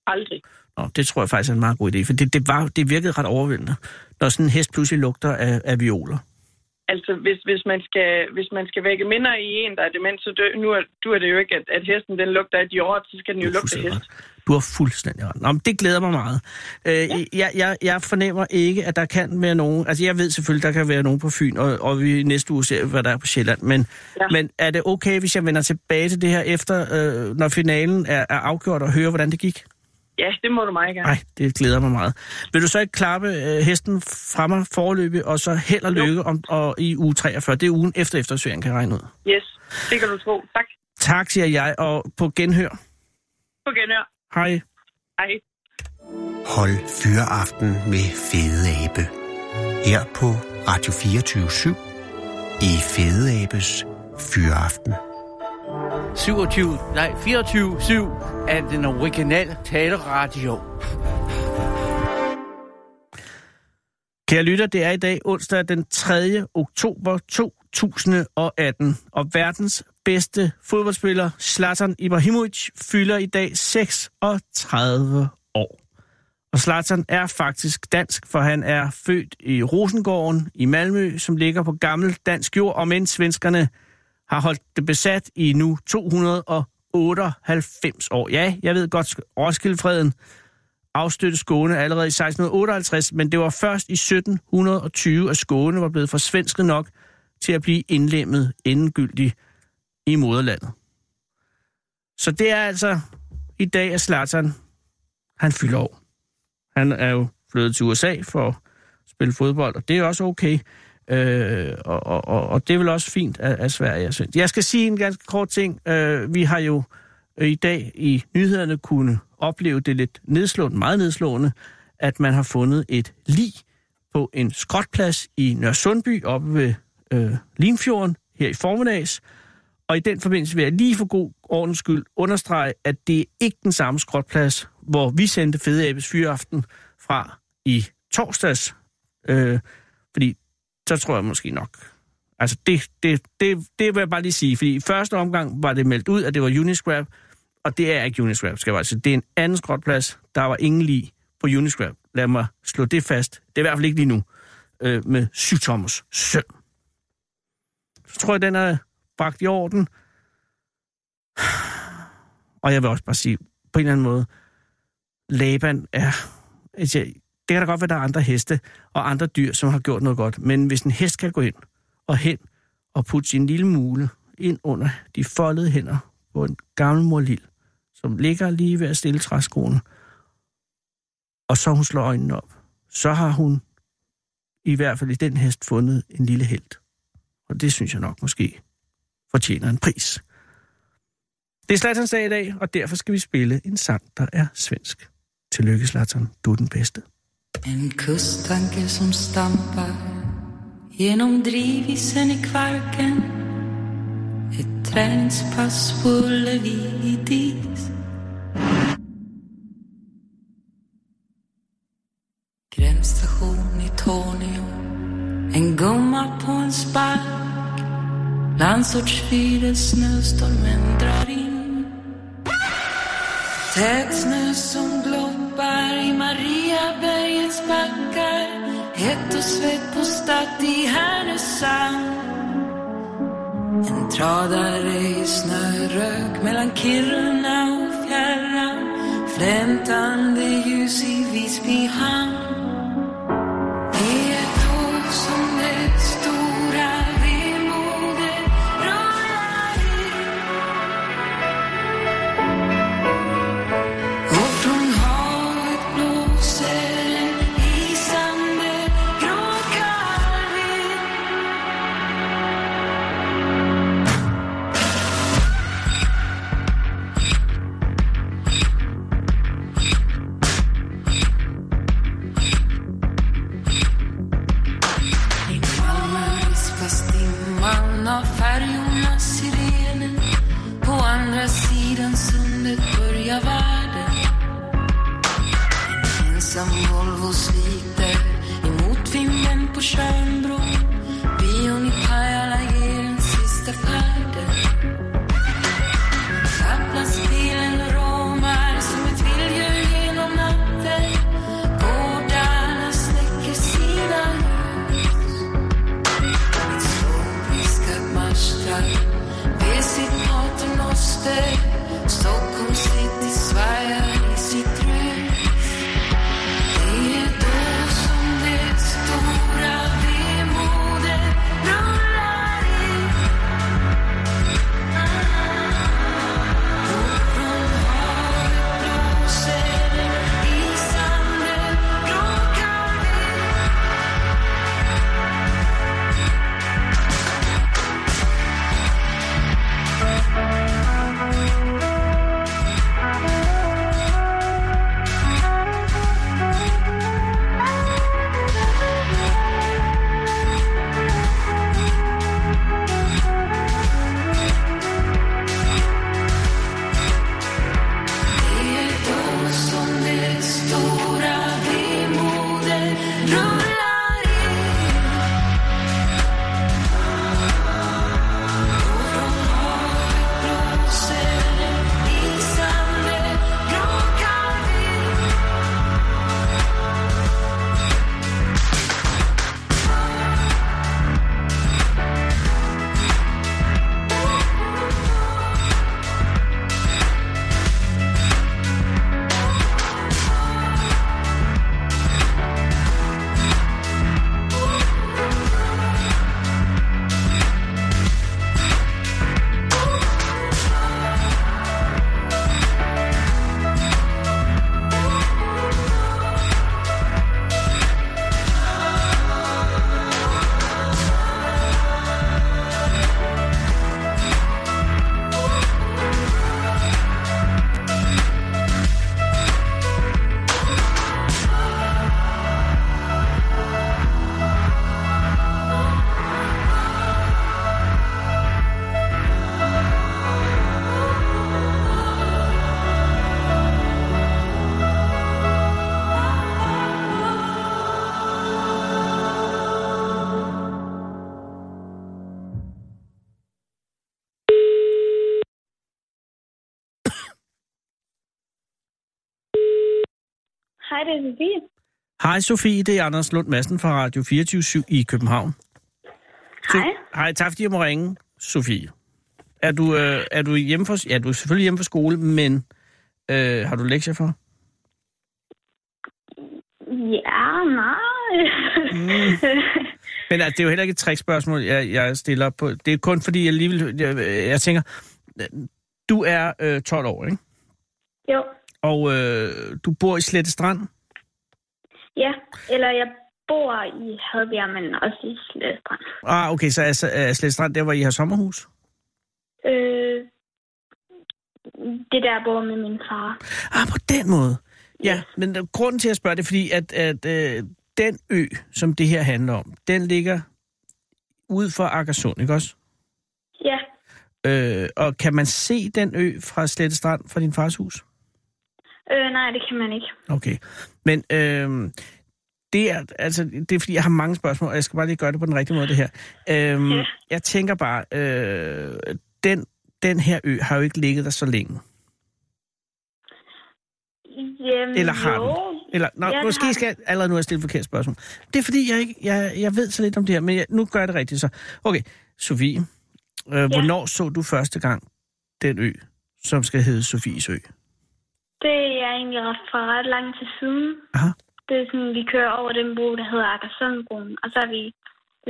S4: aldrig.
S3: Nå, det tror jeg faktisk er en meget god idé, for det, det, var, det virkede ret overvældende, når sådan en hest pludselig lugter af, af violer.
S4: Altså, hvis, hvis, man skal, hvis man skal vække minder i en, der er dement, så dø, nu er, du er det jo ikke, at, at hesten den lugter af Dior, så skal den jo
S3: Du har
S4: lugte af
S3: fuldstændig
S4: hest.
S3: ret. Du har fuldstændig ret. Nå, men det glæder mig meget. Øh, jeg, jeg, jeg fornemmer ikke, at der kan være nogen... Altså, jeg ved selvfølgelig, der kan være nogen på Fyn, og, og vi i næste uge ser, hvad der er på Sjælland. Men, ja.
S4: Ja.
S3: men er det okay, hvis jeg vender tilbage til det her, efter øh, når finalen er, er afgjort, og høre, hvordan det gik?
S4: Ja, det må du meget gerne.
S3: Nej, det glæder mig meget. Vil du så ikke klappe øh, hesten fra mig forløbig, og så held og lykke om, og i uge 43? Det er ugen efter eftersøgeren, kan jeg regne ud.
S4: Yes, det kan du tro. Tak.
S3: Tak, siger jeg, og på genhør.
S4: På genhør.
S3: Hej.
S4: Hej.
S5: Hold Fyraften med Fede Abe. Her på Radio 24 i Fede Abes Fyraften.
S2: 27, nej, 24-7 er den originale taleradio.
S3: Kære lytter, det er i dag onsdag den 3. oktober 2018, og verdens bedste fodboldspiller, Zlatan Ibrahimovic, fylder i dag 36 år. Og Zlatan er faktisk dansk, for han er født i Rosengården i Malmø, som ligger på gammel dansk jord, og mens svenskerne har holdt det besat i nu 298 år. Ja, jeg ved godt, Roskildefreden afstøtte Skåne allerede i 1658, men det var først i 1720, at Skåne var blevet forsvensket nok til at blive indlemmet endegyldigt i moderlandet. Så det er altså i dag, at Zlatan, han fylder år. Han er jo flyttet til USA for at spille fodbold, og det er også okay. Øh, og, og, og, og det er vel også fint af, af Sverige. Jeg, synes. jeg skal sige en ganske kort ting. Øh, vi har jo øh, i dag i nyhederne kunne opleve det lidt nedslående, meget nedslående, at man har fundet et lig på en skrotplads i Nørresundby oppe ved øh, Limfjorden her i formiddags. Og i den forbindelse vil jeg lige for god ordens skyld understrege, at det er ikke den samme skrotplads, hvor vi sendte Fede Abes Fyraften fra i torsdags. Øh, fordi så tror jeg måske nok. Altså det, det, det, det vil jeg bare lige sige, fordi i første omgang var det meldt ud, at det var Uniscrap, og det er ikke Uniscrap, skal jeg bare sige. Det er en anden skrotplads, der var ingen lige på Uniscrap. Lad mig slå det fast. Det er i hvert fald ikke lige nu øh, med syv Thomas søn. Så tror jeg, den er bragt i orden. Og jeg vil også bare sige, på en eller anden måde, Laban er... Altså, Det kan da godt være, der er andre heste og andre dyr, som har gjort noget godt. Men hvis en hest kan gå ind og hen og putte sin lille mule ind under de foldede hænder på en gammel mor Lil, som ligger lige ved at stille træskoene, og så hun slår øjnene op, så har hun i hvert fald i den hest fundet en lille held. Og det synes jeg nok måske fortjener en pris. Det er Zlatans dag i dag, og derfor skal vi spille en sang, der er svensk. Tillykke, Zlatan. Du er den bedste.
S6: En kusttanke som stampar Genom drivisen i Kvarken Ett träningspass på Levidis Gränsstation i Tornio En gumma på en spark Landsortsfyr snöstormen drar in Tät snö som gloppar i Mariabergets backar Hett och svett på Stad i Härnösand En tradare i snörök mellan Kiruna och fjärran Flämtande ljus i Visby hamn Det är ett tåg som det stora vemodet
S7: Hej, det er Sofie.
S3: Hej Sofie, det er Anders Lund Madsen fra Radio 24 i København.
S7: Hej.
S3: Hej, tak fordi jeg må ringe, Sofie. Er du, øh, er du hjemme for, ja, du er selvfølgelig hjemme for skole, men øh, har du lektier for?
S7: Ja, nej. Mm.
S3: Men altså, det er jo heller ikke et trickspørgsmål, jeg, jeg stiller op på. Det er kun fordi, jeg alligevel, jeg, jeg tænker, øh, du er øh, 12 år, ikke?
S7: jo,
S3: Og øh, du bor i Slette Strand.
S7: ja. Eller jeg bor i Hadbjerg, men også i Slæstrand.
S3: Ah, okay, så er, er Slette Strand der, hvor I har sommerhus?
S7: Øh, det er der, jeg bor med min far.
S3: Ah, på den måde. Ja, men øh, grunden til at spørge det er fordi, at, at øh, den ø, som det her handler om, den ligger ud for Akersund, ikke også?
S7: Ja,
S3: Øh, og kan man se den ø fra Slette Strand, fra din fars hus?
S7: øh, nej, det kan man ikke.
S3: Okay. Men øh, det, er, altså, det er fordi, jeg har mange spørgsmål, og jeg skal bare lige gøre det på den rigtige måde, det her. Øh,
S7: Ja.
S3: jeg tænker bare, øh, den, den her ø har jo ikke ligget der så længe.
S7: Jamen,
S3: Eller har
S7: jo.
S3: den? Eller, nå,
S7: Ja,
S3: ja,
S7: den
S3: måske
S7: har den.
S3: skal jeg allerede nu have stillet forkert spørgsmål. Det er fordi, jeg, ikke, jeg, jeg ved så lidt om det her, men jeg, nu gør jeg det rigtigt så. Okay, Sofie, øh, ja. hvornår så du første gang den ø, som skal hedde Sofies ø?
S7: Det er egentlig ret- fra ret lang tid siden.
S3: Aha.
S7: Det er sådan, vi kører over den bro, der hedder Akersundbroen. Og så har vi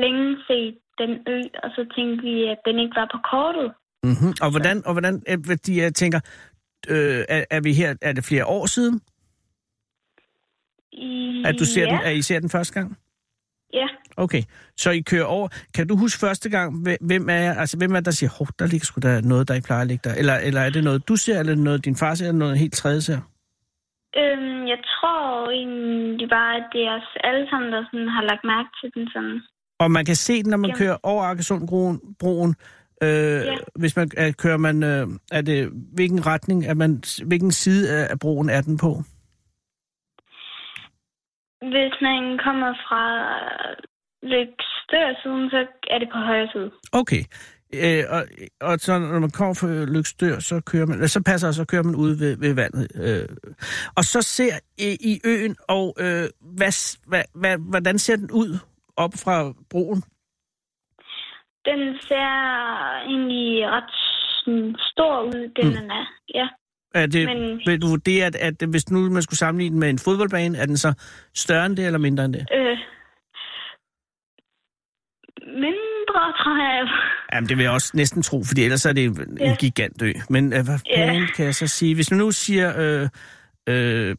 S7: længe set den ø, og så tænkte vi, at den ikke var på kortet.
S3: Mm-hmm. Og hvordan, og hvordan øh, fordi jeg tænker, øh, er, er, vi her, er det flere år siden,
S7: I...
S3: at du ser
S7: ja.
S3: den, at I ser den første gang?
S7: Ja.
S3: Okay, så I kører over. Kan du huske første gang, hve- hvem er, jeg- altså, hvem er det, der siger, hov, der ligger sgu da noget, der ikke plejer at ligge der? Eller, eller er det noget, du ser, eller er det noget, din far ser, eller noget helt tredje ser?
S7: Øhm, jeg tror egentlig bare, at det er os alle sammen, der sådan har lagt mærke til den sådan.
S3: Og man kan se den, når man
S7: Ja.
S3: kører over Arkesundbroen. Broen, øh, ja. Hvis man er, kører man, øh, er det, hvilken retning, er man, hvilken side af, af broen er den på?
S7: Hvis man kommer fra Lykstør siden, så er det på højre side.
S3: Okay. Øh, og, og så når man kommer fra Lykstør, så kører man, eller så passer jeg, så kører man ude ved, ved vandet. Øh. Og så ser I, I øen, og øh, hvad, s- hvad, hvad, hvordan ser den ud op fra broen?
S7: Den ser egentlig ret sådan, stor ud, den mm. den er. Ja.
S3: Er det, Men...
S7: Men-
S3: Vil du vurdere, at, at hvis nu man skulle sammenligne den med en fodboldbane, er den så større end det, eller mindre end det?
S7: Øh, mindre, tror jeg.
S3: Jamen, det vil jeg også næsten tro, fordi ellers er det en ja.
S7: Ja.
S3: gigantø. Men øh, hvad
S7: Ja.
S3: fanden kan jeg så sige? Hvis man nu siger... Øh, øh, øh, øh, øh,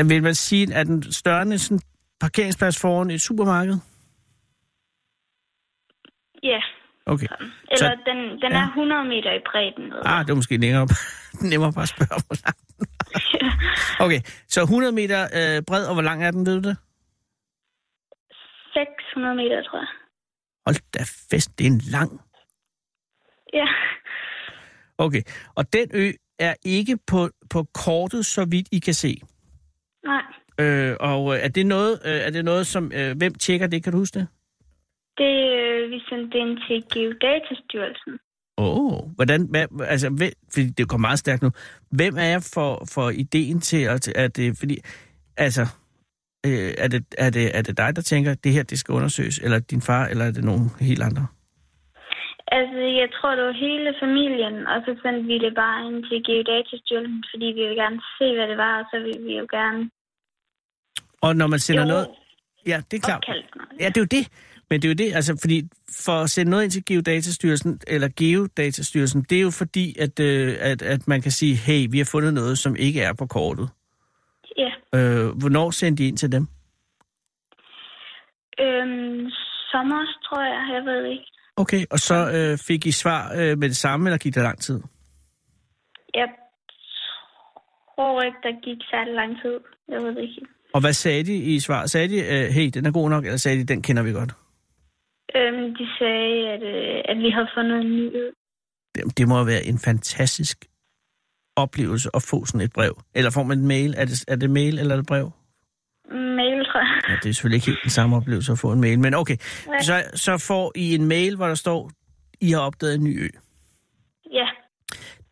S3: øh, vil man sige, at den større end sådan en parkeringsplads foran et supermarked?
S7: Ja.
S3: Okay.
S7: Eller
S3: Så-
S7: så, den, den
S3: ja.
S7: er 100 meter i bredden. ved
S3: Ah,
S7: jeg.
S3: det var måske længere op. Nemmere bare at spørge, hvor lang den var. Okay, så 100 meter øh, bred, og hvor lang er den, ved du det?
S7: 600 meter, tror jeg.
S3: Hold da fest, det er en lang.
S7: Ja.
S3: Okay, og den ø er ikke på, på kortet, så vidt I kan se.
S7: Nej.
S3: Øh, og øh, er det noget, øh, er det noget som... Øh, hvem tjekker det? Kan du huske det?
S7: Det, øh, vi sendte den til Geodatastyrelsen.
S3: Åh, oh, hvordan... Hvad, altså, hvem, fordi det går meget stærkt nu. Hvem er jeg for, for ideen til, at, at det... Fordi, altså... Øh, er, det, er, det, er det dig, der tænker, at det her det skal undersøges? Eller din far, eller er det nogen helt andre?
S7: Altså, jeg tror, det var hele familien, og så sendte vi det bare ind til Geodatastyrelsen, fordi vi ville gerne se, hvad det var, og så ville vi jo gerne...
S3: Og når man sender
S7: Jo,
S3: noget... Ja, det er klart.
S7: opkaldt noget.
S3: Ja, det er jo det. Men det er jo det, altså, fordi for at sende noget ind til Geodatastyrelsen, eller Geodatastyrelsen, det er jo fordi, at, øh, at, at man kan sige, hey, vi har fundet noget, som ikke er på kortet.
S7: Ja.
S3: Øh, hvornår sendte de ind til dem?
S7: Øhm, sommer, tror jeg. Jeg ved ikke.
S3: Okay, og så øh, fik I svar øh, med det samme, eller gik det lang tid?
S7: Jeg tror ikke, der gik særlig lang tid. Jeg ved det ikke.
S3: Og hvad sagde de i svar? Sagde de, øh, hey, den er god nok, eller sagde de, den kender vi godt?
S7: Øhm, de sagde, at, øh, at vi havde fundet en ny ø.
S3: Det, det må være en fantastisk oplevelse at få sådan et brev. Eller får man en mail? Er det, er det mail, eller er det brev?
S7: Mail, tror jeg.
S3: Ja, det er selvfølgelig ikke helt den samme oplevelse at få en mail, men okay.
S7: Nej.
S3: Så, så får I en mail, hvor der står, I har opdaget en ny ø.
S7: Ja,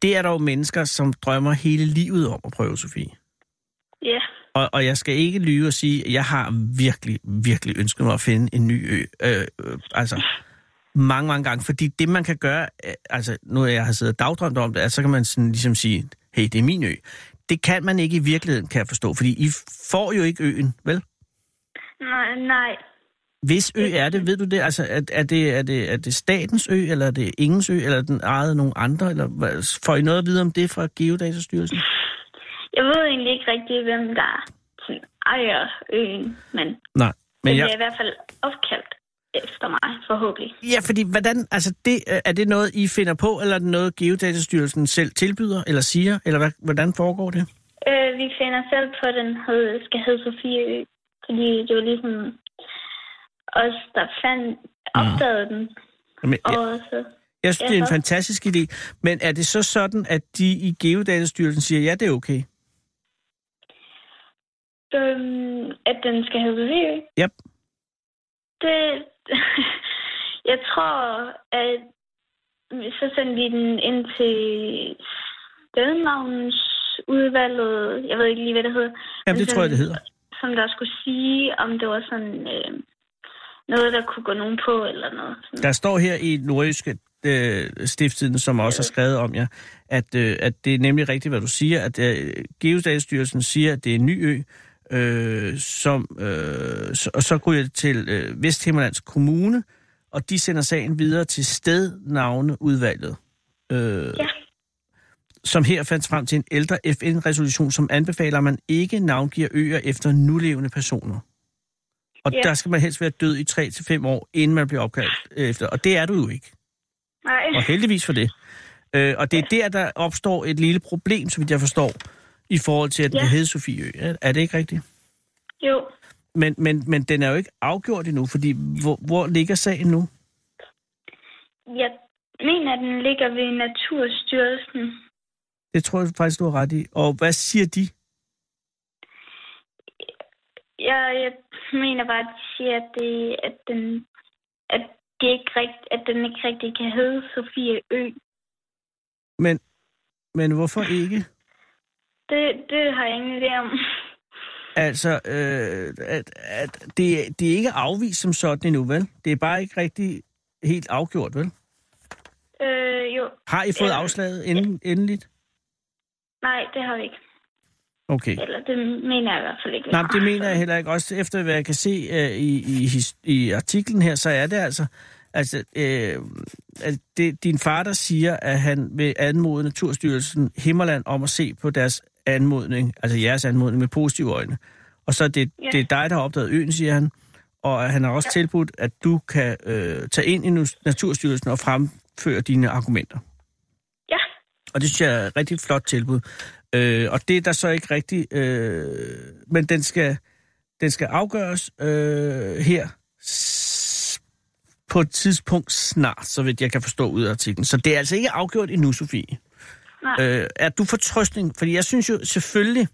S3: Det er der jo mennesker, som drømmer hele livet om at prøve, Sofie. Og, og jeg skal ikke lyve og sige, at jeg har virkelig, virkelig ønsket mig at finde en ny ø. Øh, øh, altså, mange, mange gange. Fordi det, man kan gøre, øh, altså, nu har jeg har siddet og dagdrømt om det, at så kan man sådan ligesom sige, hey, det er min ø. Det kan man ikke i virkeligheden, kan jeg forstå, fordi I får jo ikke øen, vel?
S7: Nej, nej.
S3: Hvis ø er det, ved du det? Altså, er, er, det, er, det, er det statens ø, eller er det ingens ø, eller er den ejet af nogle andre? Eller, hvad- får I noget at vide om det fra Geodatastyrelsen?
S7: Jeg ved egentlig ikke rigtig, hvem der sådan ejer øen, men,
S3: Nej.
S7: men
S3: Men
S7: jeg...
S3: jeg,
S7: er i hvert fald opkaldt efter mig, forhåbentlig.
S3: ja, fordi hvordan, altså det, er det noget, I finder på, eller er det noget, Geodatastyrelsen selv tilbyder, eller siger, eller hvad, hvordan foregår det?
S7: Øh, vi finder selv på, at den hed, skal hedde Sofieø, fordi det var ligesom os, der fandt, opdagede den.
S3: Jamen,
S7: Og
S3: jeg,
S7: så,
S3: jeg synes, det er en
S7: ja.
S3: fantastisk idé, men er det så sådan, at de i Geodatastyrelsen siger, ja, det er okay?
S7: øhm, at den skal hedde Sofieø.
S3: Yep.
S7: Det, jeg tror, at så sendte vi den ind til udvalget, jeg ved ikke lige, hvad det hedder.
S3: Jamen,
S7: men
S3: det tror jeg, det
S7: sådan-
S3: hedder.
S7: Som der skulle sige, om det var sådan øh, noget, der kunne gå nogen på eller noget. Sådan.
S3: Der står her i Nordjyske øh, Stiftstiden, som også har skrevet om jer, at, øh, at det er nemlig rigtigt, hvad du siger, at øh, Geodatastyrelsen siger, at det er en ny ø, øh, som, øh, så, og så går jeg til øh, Vesthimmerlands Kommune, og de sender sagen videre til stednavneudvalget. Øh,
S7: Ja.
S3: som her fandt frem til en ældre FN-resolution, som anbefaler, at man ikke navngiver øer efter nulevende personer. Og
S7: Ja.
S3: der skal man helst være død i 3-5 år, inden man bliver opkaldt efter. Og det er du jo ikke.
S7: Nej.
S3: Og heldigvis for det. Øh, og det er der, der opstår et lille problem, som jeg forstår, i forhold til, at den
S7: Ja.
S3: ja. hedder Sofieø. Er, er det ikke rigtigt?
S7: Jo.
S3: Men, men, men den er jo ikke afgjort endnu, fordi hvor, hvor ligger sagen nu?
S7: Jeg mener, at den ligger ved Naturstyrelsen.
S3: Det tror jeg faktisk, du har ret i. Og hvad siger de?
S7: Jeg, jeg mener bare, at de siger, at, det, at, den, at, det ikke rigt, at den ikke rigtig kan hedde Sofie Ø.
S3: Men, men hvorfor ikke?
S7: Det, det har jeg ingen idé om.
S3: Altså, øh, at, at det, det er ikke afvist som sådan endnu, vel? Det er bare ikke rigtig helt afgjort, vel?
S7: Øh, jo,
S3: Har I fået
S7: Ja.
S3: afslaget end, endeligt?
S7: nej, det har vi ikke.
S3: Okay.
S7: Eller det mener jeg i hvert fald ikke. vi
S3: Nej,
S7: har.
S3: det mener jeg heller ikke. Også efter hvad jeg kan se øh, i, i, his- i artiklen her, så er det altså... Altså, øh, at det, din far, der siger, at han vil anmode Naturstyrelsen Himmerland om at se på deres anmodning, altså jeres anmodning med positive øjne. Og så er det,
S7: Ja.
S3: det er dig, der har opdaget øen, siger han. Og at han har også ja. tilbudt, at du kan øh, tage ind i Nus- Naturstyrelsen og fremføre dine argumenter.
S7: Ja,
S3: Og det synes jeg er et rigtig flot tilbud. Øh, og det er der så ikke rigtigt... Øh, men den skal, den skal afgøres øh, her s- på et tidspunkt snart, så vidt jeg kan forstå ud af artiklen. Så det er altså ikke afgjort endnu, Sofie.
S7: Nej.
S3: Øh, er du fortrøstning? Fordi jeg synes jo selvfølgelig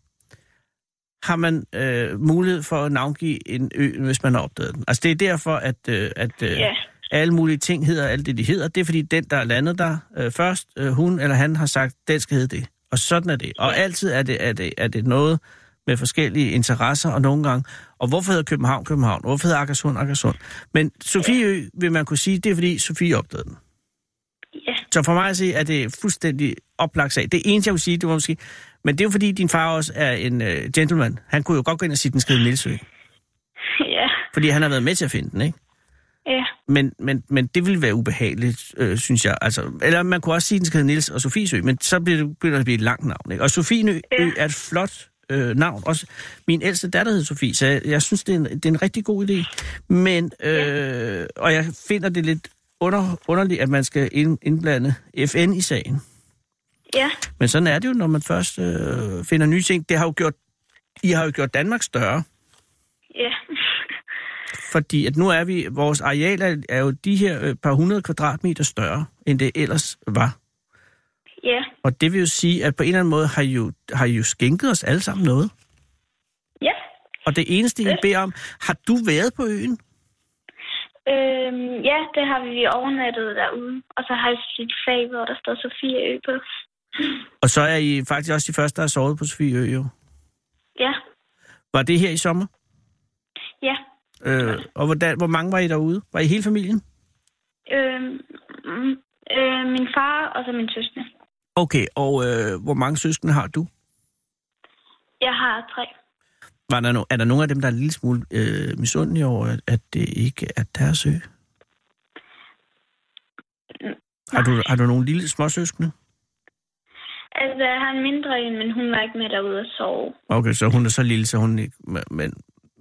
S3: har man øh, mulighed for at navngive en ø, hvis man har opdaget den. Altså det er derfor, at, øh, at øh,
S7: ja,
S3: alle mulige ting hedder alt det, de hedder. Det er fordi den, der er landet der øh, først, øh, hun eller han har sagt, den skal hedde det. Og sådan er det. Og altid er det, er det, er det noget med forskellige interesser og nogle gange. Og hvorfor hedder København København? Hvorfor hedder Akersund Akersund? Men Sofieø vil man kunne sige, det er fordi Sofie opdagede den.
S7: ja,
S3: Så for mig at se, er det fuldstændig oplagt sag. Det eneste, jeg vil sige, det var måske... Men det er jo fordi, din far også er en øh, gentleman. Han kunne jo godt gå ind og sige, den skal hedde Nielsø.
S7: ja,
S3: Fordi han har været med til at finde den, ikke?
S7: ja,
S3: Men, men, men det ville være ubehageligt, øh, synes jeg. Altså, eller man kunne også sige, at den skal hedde Niels og Sofiesø, men så bliver det, begynder det at blive et langt navn. Ikke? Og Sofienø ja. er et flot øh, navn. Også min ældste datter hed Sofie, så jeg, jeg synes, det er, en, det er en rigtig god idé. Men, øh, og jeg finder det lidt under, underligt, at man skal ind, indblande FN i sagen.
S7: ja,
S3: Men sådan er det jo, når man først øh, finder nye ting. Det har jo gjort, I har jo gjort Danmark større.
S7: ja,
S3: Fordi at nu er vi, vores areal er, er jo de her øh, par hundrede kvadratmeter større, end det ellers var.
S7: ja,
S3: Og det vil jo sige, at på en eller anden måde har I jo, har I jo skænket os alle sammen noget.
S7: ja.
S3: Og det eneste, jeg beder om, har du været på øen?
S7: Øhm, ja, det har vi overnattet derude. Og så har jeg sit fag, hvor der står Sofie Ø på.
S3: Og så er I faktisk også de første, der har sovet på Sofieø, jo.
S7: Ja,
S3: Var det her i sommer?
S7: Ja.
S3: Øh, og hvordan, hvor mange var I derude? Var I hele familien?
S7: Øh, mm, øh, min far og så min søster.
S3: Okay, og øh, hvor mange søskende har du?
S7: Jeg har tre.
S3: Var der no, er der nogen af dem, der er en lille smule øh, misundelige over, at, at det ikke er deres ø? Har du, har du nogle lille småsøskende?
S7: Altså, jeg har en mindre en, men hun var ikke med derude at sove.
S3: Okay, så hun er så lille, så hun ikke... men- Men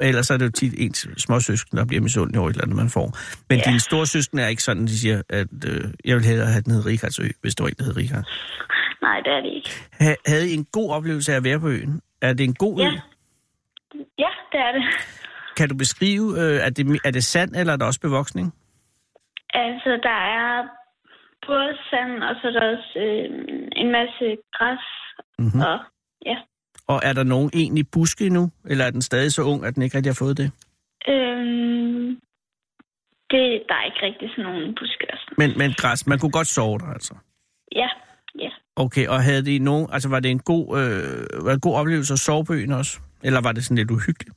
S3: ellers er det jo tit ens småsøskende, der bliver misundelig over et eller andet, man får. Men ja.
S7: Ja.
S3: dine storsøskende er ikke sådan, de siger, at øh, jeg vil hellere have den hed Rikards ø, hvis det var en, der hed Rikard.
S7: Nej, det er det ikke.
S3: Ha, havde I en god oplevelse af at være på øen? Er det en god ø?
S7: Ja. Ja, det er det.
S3: Kan du beskrive, øh, er, det, er det sand, eller er der også bevoksning?
S7: Altså, der er både sand, og så er der også øh, en masse græs.
S3: Mhm.
S7: Mm-hmm. Og, ja.
S3: Og er der nogen egentlig buske endnu? Eller er den stadig så ung, at den ikke rigtig har fået det?
S7: Øhm, det, der er ikke rigtig sådan nogen buske og sådan.
S3: Men, men græs, man kunne godt sove der, altså.
S7: Ja, ja.
S3: Okay, og havde det nogen, altså var det en god, øh, var det en god oplevelse at sove på øen også? Eller var det sådan lidt uhyggeligt?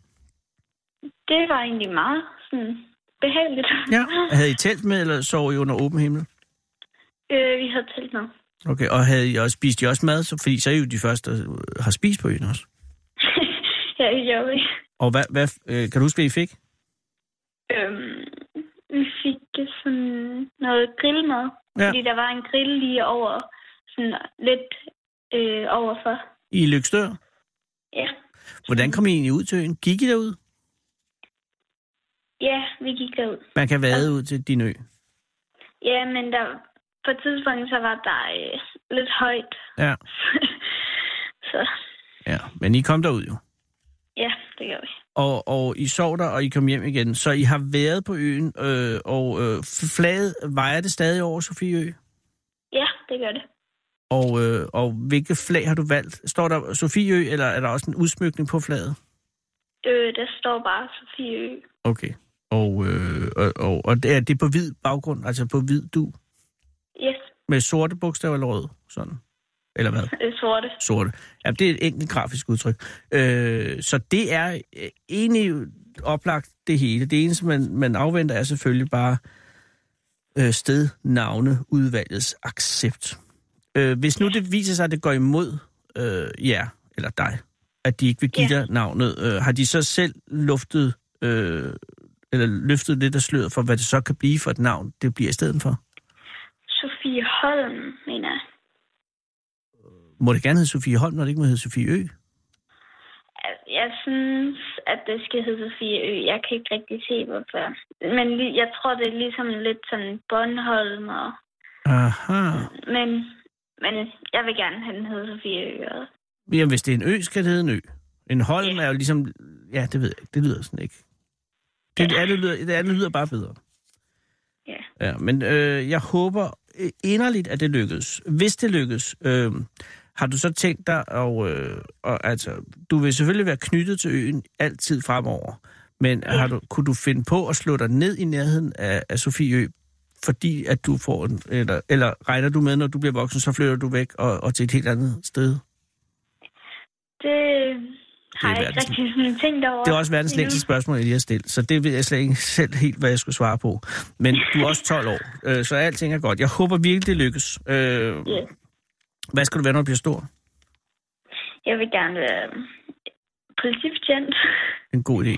S7: Det var egentlig meget sådan, behageligt.
S3: Ja. Havde I telt med, eller sov I under åben himmel?
S7: øh, vi havde talt med.
S3: Okay, og havde I også, spiste I også mad? Så, fordi så er I jo de første, der øh, har spist på øen også.
S7: ja, det gjorde vi.
S3: Og hvad, hvad øh, kan du huske, hvad I fik?
S7: Øhm, vi fik sådan noget grillmad.
S3: Ja.
S7: Ja. Fordi der var en grill lige over, sådan lidt øh, overfor.
S3: I Lykstør?
S7: Ja.
S3: Hvordan kom I egentlig ud til øen? Gik I derud?
S7: ja, vi gik derud.
S3: Man kan vade ud til din ø.
S7: Ja, men der, på et tidspunkt, så var der øh, lidt højt.
S3: Ja,
S7: så
S3: ja. Men I kom derud jo.
S7: ja, det gjorde vi.
S3: og, og I sov der, og I kom hjem igen. Så I har været på øen, øh, og øh, flaget vejer det stadig over Sofieø.
S7: Ja, det gør det.
S3: Og, øh, og hvilket flag har du valgt? Står der Sofieø, eller er der også en udsmykning på flaget?
S7: Øh, der står bare Sofie Ø.
S3: Okay. Og, øh, og, og, og det, er, det er på hvid baggrund, altså på hvid du,
S7: Yes,
S3: med sorte bogstaver eller røde, sådan. Eller hvad?
S7: øh, sorte.
S3: Sorte. Ja, det er et enkelt grafisk udtryk. Øh, så det er øh, egentlig oplagt det hele. Det eneste, man, man afventer, er selvfølgelig bare øh, stednavneudvalgets accept. Øh, hvis nu det viser sig, at det går imod øh, jer eller dig, at de ikke vil give
S7: Ja.
S3: dig navnet, øh, har de så selv luftet øh, eller løftet lidt af sløret for, hvad det så kan blive for et navn, det bliver i stedet for?
S7: Sofie Holm, mener jeg.
S3: Må det gerne hedde Sofie Holm, når det ikke må hedde Sofie Ø?
S7: Altså, Jeg synes, at det skal hedde Sofie Ø. Jeg kan ikke rigtig se, hvorfor. Men li- jeg tror, det er ligesom lidt sådan Bornholm. Og...
S3: Aha.
S7: Men, men jeg vil gerne have den hedder Sofie Ø. Og...
S3: Jamen, hvis det er en ø, skal det hedde en ø. En holm
S7: Ja.
S3: er jo ligesom... Ja, det ved jeg ikke. Det lyder sådan ikke. Det, det, andet, lyder, det andet lyder bare bedre.
S7: Ja.
S3: ja men øh, jeg håber øh, inderligt, at det lykkes. Hvis det lykkes, øh, har du så tænkt dig at... Øh, og, altså, du vil selvfølgelig være knyttet til øen altid fremover. Men har du, kunne du finde på at slå dig ned i nærheden af, af Sofieø, fordi at du får en, eller, eller regner du med, når du bliver voksen, så flytter du væk og, og til et helt andet sted?
S7: Det har
S3: Det er
S7: jeg ikke
S3: verdens-
S7: rigtig sådan tænkt over.
S3: Det er også verdens
S7: endnu.
S3: længste spørgsmål, jeg lige har stillet, så det ved jeg slet ikke selv helt, hvad jeg skulle svare på. Men du er også 12 år, øh, så alting er godt. Jeg håber virkelig, det lykkes. Øh,
S7: Ja.
S3: Hvad skal du være, når du bliver stor?
S7: Jeg vil gerne være politibetjent.
S3: En god idé.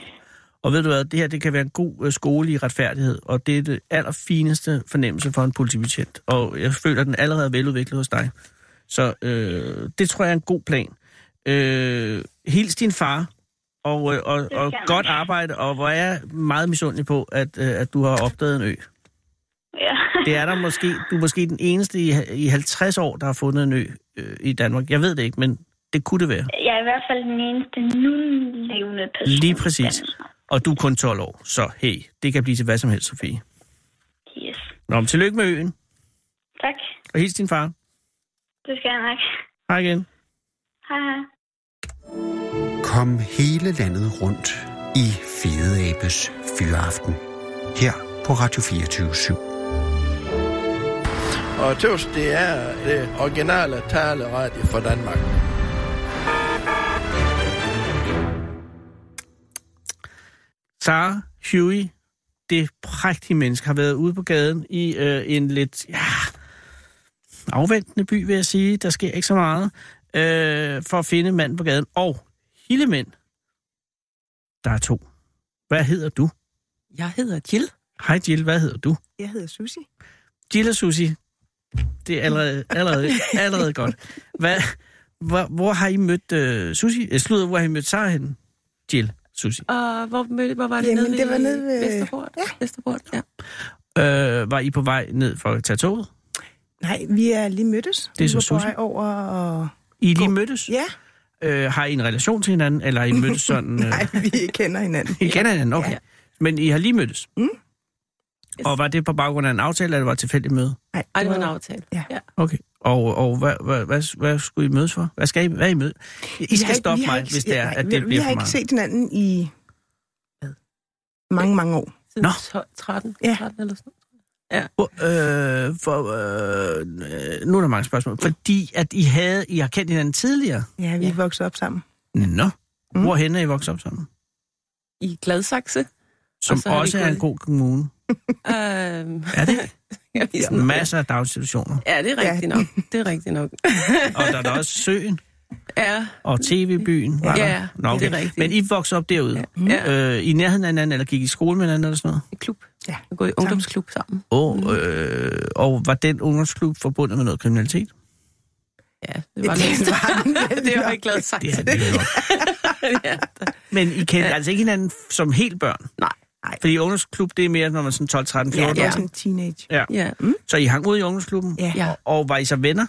S3: Og ved du hvad, det her det kan være en god øh, skole i retfærdighed, og det er det allerfineste fornemmelse for en politibetjent. Og jeg føler, at den allerede er veludviklet hos dig. Så øh, det tror jeg er en god plan. Øh, hils din far, og, øh, og, og
S7: jeg.
S3: godt arbejde, og hvor er jeg meget misundelig på, at, øh, at du har opdaget en ø.
S7: Ja.
S3: Det er der måske, du er måske den eneste i, i 50 år, der har fundet en ø øh, i Danmark. Jeg ved det ikke, men det kunne det være.
S7: Jeg er i hvert fald den eneste nu-levende person.
S3: Lige
S7: i
S3: præcis.
S7: Danmark.
S3: Og du er kun 12 år, så hey, det kan blive til hvad som helst, Sofie.
S7: Yes.
S3: Nå, men tillykke med øen,
S7: Tak.
S3: og hils din far.
S7: Det skal jeg nok.
S3: Hej igen.
S7: Hej hej.
S5: Kom hele landet rundt i Fede Abes Fyraften. Her på Radio 24
S8: Og tøvs, det er det originale taleradio for Danmark.
S3: Clara Huey, det prægtige menneske, har været ude på gaden i øh, en lidt ja, afventende by, vil jeg sige. Der sker ikke så meget øh, for at finde manden på gaden. Og Hillemænd, der er to. Hvad hedder du?
S9: Jeg hedder Jill.
S3: Hej Jill, hvad hedder du?
S9: Jeg hedder Susi.
S3: Jill og Susi, det er allerede, allerede, allerede godt. Hvad, hvor, hvor har I mødt øh, Susi? Jeg slutter, hvor har I mødt Sara henne? Jill, Susi.
S9: Og hvor, mødte- hvor var det
S10: Jamen,
S9: nede
S10: det var
S9: i
S10: nede ved-
S9: Vesterport? Ja. Vesterport, ja.
S3: Øh, var I på vej ned for at tage toget?
S10: Nej, vi er lige mødtes.
S3: Det er
S10: vi
S3: så
S10: var på
S3: Susi.
S10: vej over og...
S3: I er lige mødtes?
S10: Ja,
S3: Øh, har I en relation til hinanden, eller har I mødtes sådan... Øh,
S10: nej, vi kender hinanden.
S3: I kender hinanden, okay.
S10: Ja.
S3: Men I har lige mødtes?
S10: Mm.
S3: Og var det på baggrund af en aftale, eller det var et tilfældigt møde?
S10: Nej,
S9: Ej, det var en aftale.
S10: Ja.
S3: Okay. Og, og hvad, hvad, hvad, hvad skulle I mødes for? Hvad skal I, hvad er I møde? I
S10: Vi
S3: skal
S10: har ikke- vi
S3: stoppe
S10: har
S3: mig,
S10: ikke-
S3: hvis det er,
S10: nej,
S3: at
S10: vi-
S3: det bliver
S10: Vi har
S3: for
S10: ikke
S3: meget.
S10: set hinanden i mange, mange år.
S9: Siden
S3: Nå.
S9: 12, 13,
S10: Ja.
S9: 13 eller sådan noget.
S3: Hvor, øh, for, øh, nu er der mange spørgsmål. Fordi at I, havde, I har kendt hinanden tidligere?
S10: Ja, vi er vokset op sammen.
S3: Nå.
S10: Mm.
S3: Hvor hen er I vokset op sammen?
S9: I Gladsaxe.
S3: Som
S9: så har vi
S3: også er
S9: gået-
S3: en god kommune.
S9: øhm,
S3: Er det?
S9: ja, vi er sådan,
S3: Masser af daginstitutioner.
S9: ja, det er
S10: Ja.
S9: rigtigt nok. Det er rigtigt nok.
S3: Og der er der også søen
S9: Ja,
S3: og tv-byen. var der.
S9: Ja,
S3: Nå, okay.
S9: det er rigtigt.
S3: Men I voksede op derude?
S9: Ja.
S3: Øh, I nærheden af hinanden, eller gik I i skole med hinanden eller sådan noget?
S9: i klub.
S10: Ja.
S9: Vi går i ungdomsklub sammen.
S3: Og, øh, og var den ungdomsklub forbundet med noget kriminalitet?
S9: Ja, det var
S10: Det
S9: det.
S10: var den
S9: det var
S10: nok.
S9: ikke Gladsaxe.
S3: Det er det nok.
S9: ja.
S3: Men I kendte ja. altså ikke hinanden som helt børn?
S9: Nej.
S3: Fordi ungdomsklub, det er mere, når man er sådan 12, 13, 14
S10: Ja,
S3: ja,
S10: det var
S9: Ja.
S10: sådan en teenage.
S9: Ja.
S3: Så I hang ud i ungdomsklubben?
S10: Ja.
S9: Ja.
S3: Og var I så venner?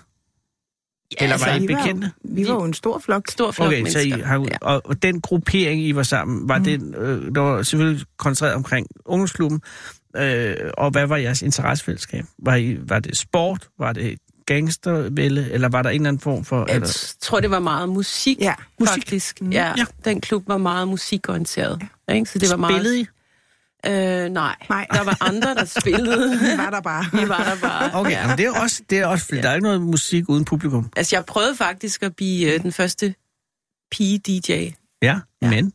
S9: ja.
S3: Eller var
S10: altså,
S3: I
S10: vi var jo-
S3: bekendte?
S10: Vi var jo en stor flok.
S9: Stor flok
S3: Okay, så I
S9: mennesker.
S3: hang ud.
S9: Ja.
S3: Og og den gruppering, I var sammen, var mm. det, øh, der var selvfølgelig koncentreret omkring ungdomsklubben. Øh, og hvad var jeres interessefællesskab? Var, I, var det sport? Var det gangstervælde? Eller var der en eller anden form for...
S9: Jeg
S3: Eller,
S9: t- tror, det var meget musik,
S10: Ja.
S9: ja.
S3: Musik.
S9: faktisk.
S10: Mm.
S9: Mm. Ja.
S3: Ja.
S9: ja, den klub var meget musikorienteret. Ja. Ikke? Så det var
S3: spillede I?
S9: meget... Øh, nej.
S10: Nej.
S9: der var andre, der spillede.
S10: Vi var der bare.
S9: Vi var der bare.
S3: Okay, ja. men det er også, det er også fordi der er ikke noget musik uden publikum.
S9: Altså, jeg prøvede faktisk at blive øh, den første pige-DJ,
S3: Ja, ja. men...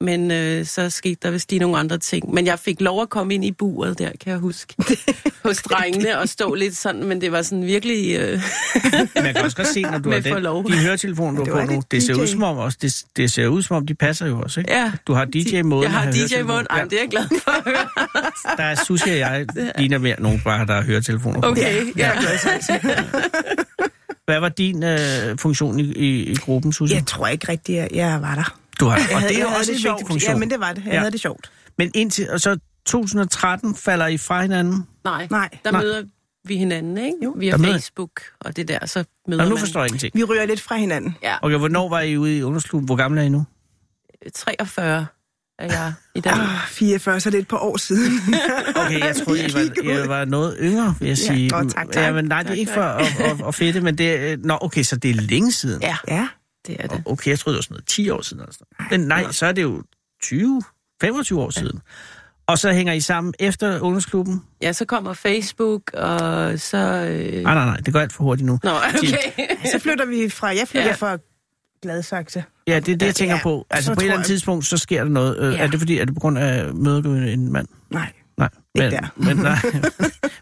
S9: men øh, så skete der vist lige nogle andre ting. Men jeg fik lov at komme ind i buret der, kan jeg huske, hos drengene og stå lidt sådan, men det var sådan virkelig... Øh,
S3: Man kan også godt se, når du
S9: Med
S3: har den,
S9: forlov.
S3: din høretelefon, du
S10: det
S3: har
S10: var
S3: på nu,
S10: lidt
S3: det ser,
S10: DJ.
S3: ud som om også, det, det ser ud som om, de passer jo også, ikke?
S9: ja,
S3: Du har DJ-måden.
S9: jeg har
S3: at have
S9: DJ-mund. Ej,
S3: høretelefoner.
S9: men det er jeg glad for at høre.
S3: Ja, der er Susie og jeg, ligner mere nogen bare, der har høretelefoner på.
S9: Okay, ja.
S3: Hvad var din øh, funktion i, i, i gruppen, Susie?
S10: Jeg tror ikke rigtigt, at jeg var der.
S3: Du har, og
S10: Jeg
S3: det
S10: havde-
S3: er
S10: jeg
S3: jo
S10: havde
S3: også en
S10: sjovt.
S3: vigtig funktion.
S10: Ja, men det var det. Jeg
S3: Ja.
S10: havde det sjovt.
S3: men indtil, og så 2013 falder I fra hinanden.
S9: Nej,
S10: Nej.
S9: der
S3: Nej.
S9: møder vi hinanden, ikke? Jo. Via
S3: Der møder-
S9: Facebook og det der, så møder
S3: Og nu
S9: man
S3: forstår jeg ingenting.
S10: Vi ryger lidt fra hinanden.
S9: Ja,
S3: Okay, hvornår var I ude i ungdomsklubben? Hvor gammel er I nu?
S9: 43 er jeg i dag.
S10: Ah, 44, så det er et par år siden.
S3: Okay, jeg tror, I var, jeg var noget yngre, vil jeg
S10: Ja,
S3: sige.
S10: godt, tak, tak.
S3: Ja, men nej, det er ikke for at, at, at fedte, men det er... Nå, okay, så det er længe siden.
S9: Ja,
S10: Ja,
S9: det er det.
S3: Okay, jeg troede, det var sådan noget 10 år siden. Eller sådan. noget. Men nej, så er det jo 20, 25 år siden. Og så hænger I sammen efter ungdomsklubben?
S9: Ja, så kommer Facebook, og så...
S3: Ah,
S9: Øh...
S3: Nej, nej, nej, det går alt for hurtigt nu.
S9: Nå, okay.
S10: så flytter vi fra... Jeg flytter
S9: Ja.
S10: fra Gladsaxe.
S3: Ja, det er det, jeg tænker
S10: Ja,
S3: på. Altså
S10: så
S3: på et
S10: tror
S3: eller
S10: jeg-
S3: andet tidspunkt, så sker der noget. Øh,
S9: Ja.
S3: Er det fordi, er det på grund af møder du en mand?
S10: Nej.
S3: Nej.
S10: Ikke
S3: Men,
S10: der.
S3: men, nej.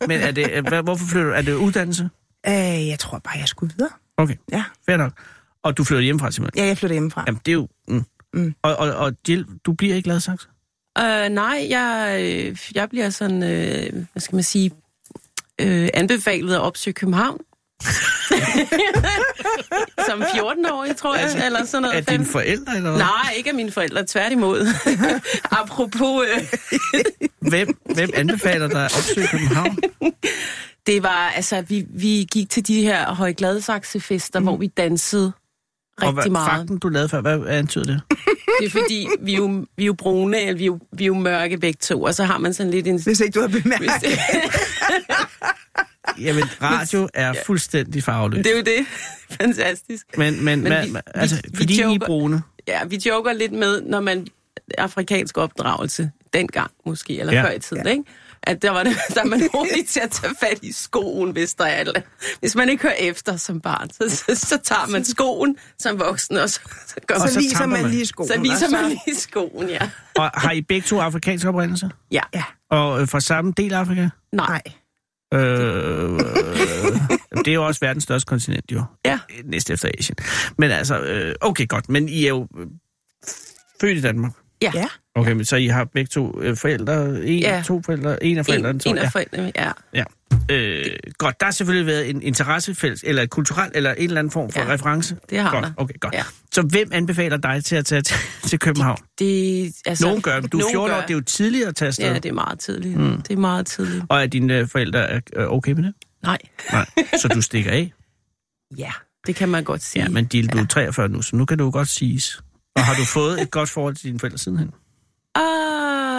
S3: men er det, hvad- hvorfor flytter du? Er det uddannelse?
S10: Øh, jeg tror bare, jeg skulle videre.
S3: Okay,
S10: Ja,
S3: fair nok. Og du flytter hjemmefra simpelthen?
S10: ja jeg flytter hjemmefra.
S3: Jamen, det er jo... Mm.
S10: Mm.
S3: Mm. Og, og, og Jill, du bliver ikke glad sagt?
S9: Uh, nej, jeg, øh, jeg bliver sådan, øh, hvad skal man sige, øh, anbefalet at opsøge København. Som 14-årig, tror jeg, eller sådan
S3: Er
S9: noget.
S3: dine
S9: Fem-
S3: forældre eller hvad?
S9: Nej, ikke af mine forældre, tværtimod. Apropos, øh,
S3: Hvem, hvem anbefaler dig at opsøge København?
S9: det var, altså, vi, vi gik til de her højgladsaksefester, mm. hvor vi dansede
S3: og hvad,
S9: rigtig meget.
S3: fakten, du lavede før, hvad hvad antyder det?
S9: Det er fordi, vi er jo, vi er jo brune, eller vi er jo, vi er jo mørke begge to, og så har man sådan lidt en...
S10: Hvis ikke du havde bemærket.
S3: Jamen, radio er fuldstændig farveløst.
S9: Det er jo det. Fantastisk.
S3: Men, men,
S9: Men
S3: men
S9: vi-
S3: vi,
S9: vi-
S3: altså,
S9: vi
S3: fordi I er
S9: joker.
S3: brune,
S9: Ja, vi joker lidt med, når man afrikansk opdragelse, dengang måske, eller
S3: Ja.
S9: før i tiden, ja. ikke? at der, var det, der er man hurtigt til at tage fat i skoen, hvis der er alt. Hvis man ikke hører efter som barn, så, så, så tager man skoen som voksen, og så, så gør
S10: Og så viser
S3: tamper
S10: man
S3: man.
S10: lige skoen.
S9: så viser
S10: og så-
S9: man lige skoen, ja.
S3: Og har I begge to afrikansk oprindelse?
S9: Ja,
S10: Ja.
S3: Og øh, fra samme del af Afrika?
S10: Nej.
S3: Øh, øh, det er jo også verdens største kontinent, jo.
S9: Ja.
S3: Øh, Næst efter Asien. Men altså, øh, okay, godt. Men I er jo øh, født i Danmark.
S9: ja.
S10: Ja.
S3: Okay, men så I har begge to øh, forældre, en, ja.
S9: Ja.
S3: to forældre, en af forældrene,
S9: En,
S3: tror
S9: en
S3: jeg.
S9: af forældrene, ja.
S3: Ja. Øh, godt, der har selvfølgelig været en interessefælles, eller et kulturelt, eller en eller anden form for ja.
S9: Ja,
S3: reference.
S9: det har
S3: godt.
S9: der.
S3: Okay, godt. Ja.
S9: Ja.
S3: Så hvem anbefaler dig til at tage til, til København?
S9: Det, altså,
S3: Nogen gør det. Du er
S9: nogen
S3: 14 år,
S9: gør-
S3: det er jo tidligere at tage afsted.
S9: Ja, det er meget tidligt. Mm. Det er meget tidligt.
S3: Og er dine øh, forældre øh, okay med det?
S9: Nej.
S3: Nej. Så du stikker af?
S9: Ja, det kan man godt sige.
S3: Ja, men Dille, du er 43 nu, så nu kan du jo godt siges. Og har du fået et godt forhold til dine forældre sidenhen?
S9: Uh,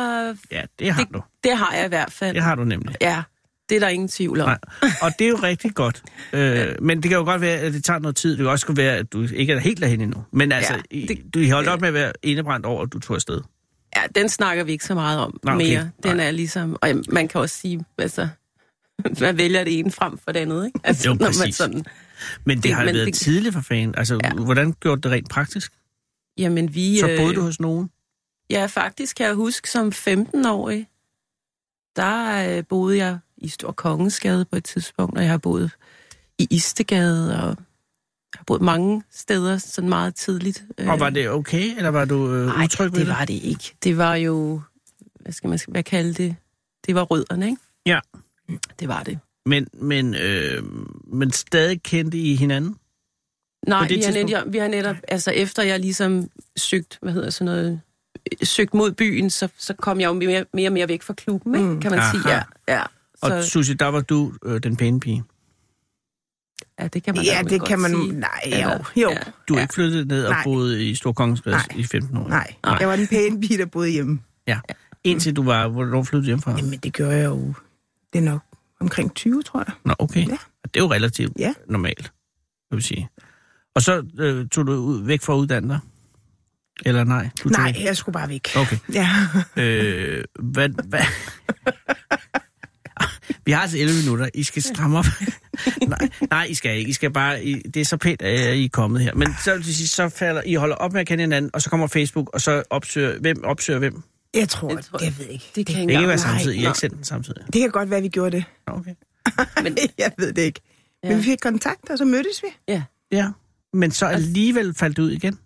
S3: Ja, det har du.
S9: det har jeg i hvert fald.
S3: Det har du nemlig.
S9: Ja, det er der ingen tvivl om.
S3: Nej. Og det er jo rigtig godt. Øh, men det kan jo godt være, at det tager noget tid. Det kan også kunne være, at du ikke er helt derhen endnu. Men altså,
S9: Ja,
S3: ja, det,
S9: det-
S3: du I holdt op med at være indebrændt over, at du tog afsted.
S9: Ja, den snakker vi ikke så meget om
S3: Nå, okay.
S9: mere. Den
S3: Nej.
S9: er ligesom, og jamen, man kan også sige, altså, man vælger det ene frem for det andet, ikke? Altså,
S3: Jo,
S9: når man
S3: præcis.
S9: sådan,
S3: Men det, det
S9: Det-
S3: har jo
S9: men
S3: været det...
S9: det-
S3: tidligt for fanden. Altså, ja.
S9: Ja.
S3: hvordan gjorde du det rent praktisk?
S9: jamen, vi...
S3: Så
S9: øh,
S3: boede du hos nogen?
S9: Ja, faktisk kan jeg huske, som 15-årig, der øh, boede jeg i Stor Kongensgade på et tidspunkt, og jeg har boet i Istegade, og jeg har boet mange steder sådan meget tidligt.
S3: Og var det okay, eller var du øh,
S9: Nej,
S3: utryg ved
S9: det var det ikke. Det var jo, hvad skal man hvad kalde det? Det var rødderne, ikke?
S3: Ja.
S9: Det var det.
S3: Men, men, øh, men stadig kendte I hinanden?
S9: Nej,
S3: det
S9: vi har,
S3: tidspunkt?
S9: netop, vi har netop, altså efter jeg ligesom søgt, hvad hedder sådan noget, øh, søgt mod byen, så, så kom jeg jo mere, mere og mere væk fra klubben, ikke? kan
S3: Mm.
S9: man
S3: Aha.
S9: sige. Ja, ja.
S3: Og
S9: Så,
S3: Susie, der var du øh, den pæne pige.
S9: ja, det kan man
S10: Ja,
S9: nok
S10: det
S9: godt
S10: kan man...
S9: sige.
S10: Nej, jo.
S9: Eller-
S10: jo.
S9: Ja.
S3: Du er ja. ikke flyttet ned og
S10: Nej.
S3: boede i Stor Kongensgade
S10: Nej.
S3: i 15 år?
S10: Nej, jeg var den pæne pige, der boede hjemme.
S3: Ja. Indtil du var, hvornår flyttede du hjemmefra?
S10: Jamen, det gjorde jeg jo. Det er nok omkring 20, tror jeg.
S3: Nå, okay.
S10: Ja.
S3: Det er jo relativt
S10: Ja.
S3: normalt, kan vi sige. Og så øh, tog du ud, væk fra at uddanne dig? Eller nej? Du tog
S10: Nej,
S3: ikke?
S10: jeg skulle bare væk.
S3: Okay.
S10: Ja.
S3: Øh, hvad, hvad? Vi har altså 11 minutter. I skal stramme op. nej, nej, I skal ikke. I skal bare... I, det er så pænt, at I er kommet her. Men så, vil jeg sige, så falder, I holder op med at kende hinanden, og så kommer Facebook, og så opsøger... Hvem opsøger hvem? Det
S10: Jeg tror,
S9: Jeg
S10: jeg,
S9: tror-
S10: tror, jeg ved ikke.
S9: Det kan
S3: kan
S9: ikke
S3: ikke være
S9: engang.
S3: samtidig. I har
S9: nej.
S3: ikke sendt den samtidig.
S10: Det kan godt være, vi gjorde det.
S3: Nå, Okay.
S9: Men,
S10: jeg ved det ikke. Ja. Men vi fik kontakt, og så mødtes vi.
S3: Ja. Men så alligevel faldt det ud igen?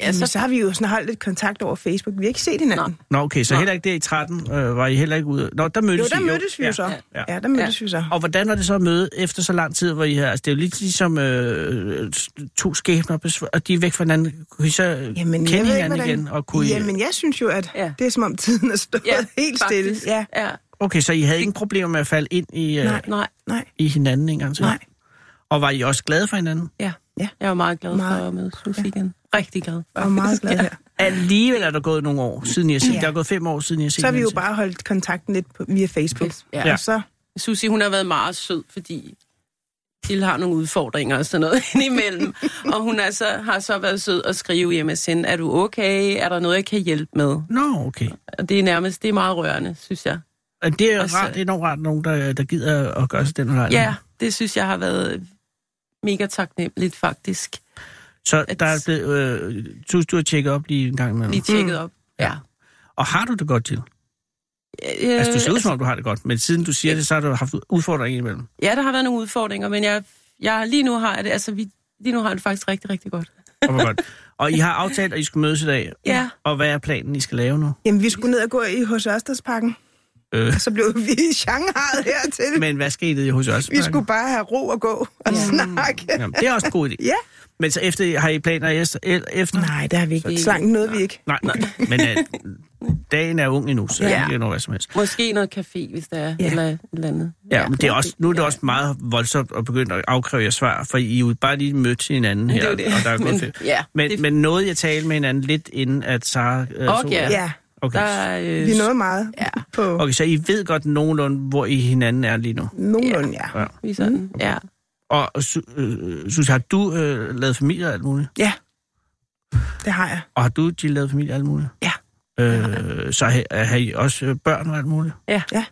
S9: ja,
S10: så...
S9: så,
S10: Men så har vi jo sådan holdt lidt kontakt over Facebook. Vi har ikke set hinanden. Nej.
S3: Nå, okay, så
S9: Nå.
S3: heller ikke der i 13 øh, var I heller ikke ude. Nå, der
S10: Jo,
S3: mødtes I
S10: der mødtes vi jo
S3: Ja.
S10: så.
S3: ja.
S10: Ja, ja der mødtes ja. vi så.
S3: Og hvordan var det så at møde efter så lang tid, hvor I her? Altså, det er jo lidt ligesom øh, to skæbner, besv- og de er væk fra hinanden. Kunne I så øh,
S10: Jamen,
S3: kende
S10: jeg ved
S3: hinanden
S10: ikke, hvordan...
S3: igen? Og kunne I...
S10: Jamen, jeg synes jo, at
S9: Ja.
S10: ja. det er som om tiden er stået
S9: ja,
S10: ja, helt stille.
S9: faktisk.
S10: Ja.
S9: ja.
S3: Okay, så I havde ingen problemer med at falde ind i, øh,
S10: Nej.
S9: Nej,
S10: Nej,
S3: i hinanden engang til?
S10: nej.
S3: Og var I også glade for hinanden?
S9: ja.
S10: Ja.
S9: Jeg var meget glad meget. for
S10: Meget.
S9: at møde Sofie igen. Rigtig glad.
S10: Jeg var meget glad her.
S3: Alligevel er der gået nogle år, siden I har set. Ja.
S10: Ja.
S3: Der er gået fem år, siden I har set.
S10: Så har vi jo
S3: hinanden
S10: bare holdt kontakten lidt på, via Facebook.
S9: Ja.
S10: Og så
S9: Susie, hun har været meget sød, fordi Jill har nogle udfordringer og sådan noget indimellem. og hun er så, har så været sød at skrive i MSN, er du okay? Er der noget, jeg kan hjælpe med?
S3: sidst. Nå, okay.
S9: Og det er nærmest, det er meget rørende, synes jeg.
S3: Og Det er
S9: Og så-
S3: rart, enormt rart, nogen, der, der gider at gøre sig den her
S9: Ja, det synes jeg har været mega taknemmeligt faktisk.
S3: Så
S9: at-
S3: der er blevet, øh, synes du har tjekket op lige en gang imellem?
S9: Lige tjekket op. Ja.
S3: Og har du det godt til?
S9: Øh,
S3: Altså, du ser ud som om, du har det godt, men siden du siger det, så har du haft udfordringer imellem.
S9: Ja, der har været nogle udfordringer, men jeg, jeg lige nu har jeg det, altså vi, lige nu har jeg det faktisk rigtig, rigtig godt.
S3: Og, hvor godt. og I har aftalt, at I skulle mødes i dag.
S9: Ja.
S3: Og hvad er planen, I skal lave nu?
S10: Jamen, vi skulle ned og gå i hos Ørstedsparken,
S3: Øh,
S10: og så blev vi i Shanghai hertil. Men,
S3: men hvad skete i hos os?
S10: vi skulle bare have ro og gå og ja. snakke.
S3: Jamen, det er også en god idé.
S10: Ja.
S3: Men så efter, har I planer efter? efter?
S10: Nej, det har vi ikke. Slangen nåede vi ikke.
S3: Nej, nej. Men uh, dagen er ung endnu, så ja.
S9: Ja.
S3: det er noget hvad som helst.
S9: Måske noget café, hvis der er, ja.
S10: Ja.
S9: eller et eller andet.
S3: Ja, men det er også, nu er det også meget voldsomt at begynde at afkræve jer svar, for I er jo bare lige mødt hinanden her,
S9: Det er jo det.
S3: og der er gået
S9: Men-
S3: fedt.
S9: ja,
S3: men,
S9: det-
S3: men noget jeg talte med hinanden lidt inden, at Sara... Øh,
S9: Og
S3: så-
S9: ja.
S10: Ja,
S3: Okay.
S9: Der er, øh,
S10: vi nåede meget ja. på
S3: okay, så I ved godt nogenlunde, hvor I hinanden er lige nu.
S10: nogenlunde, ja.
S3: Ja.
S9: vi er sådan,
S3: Mm.
S9: ja.
S3: Og og Su- øh, Susie, har du øh, lavet familie og alt muligt?
S10: Ja, det har jeg.
S3: Og har du, Jill, lavet familie og alt muligt?
S10: Ja.
S3: Øh, så har, har I også øh, børn og alt muligt?
S9: Ja.
S10: Ja.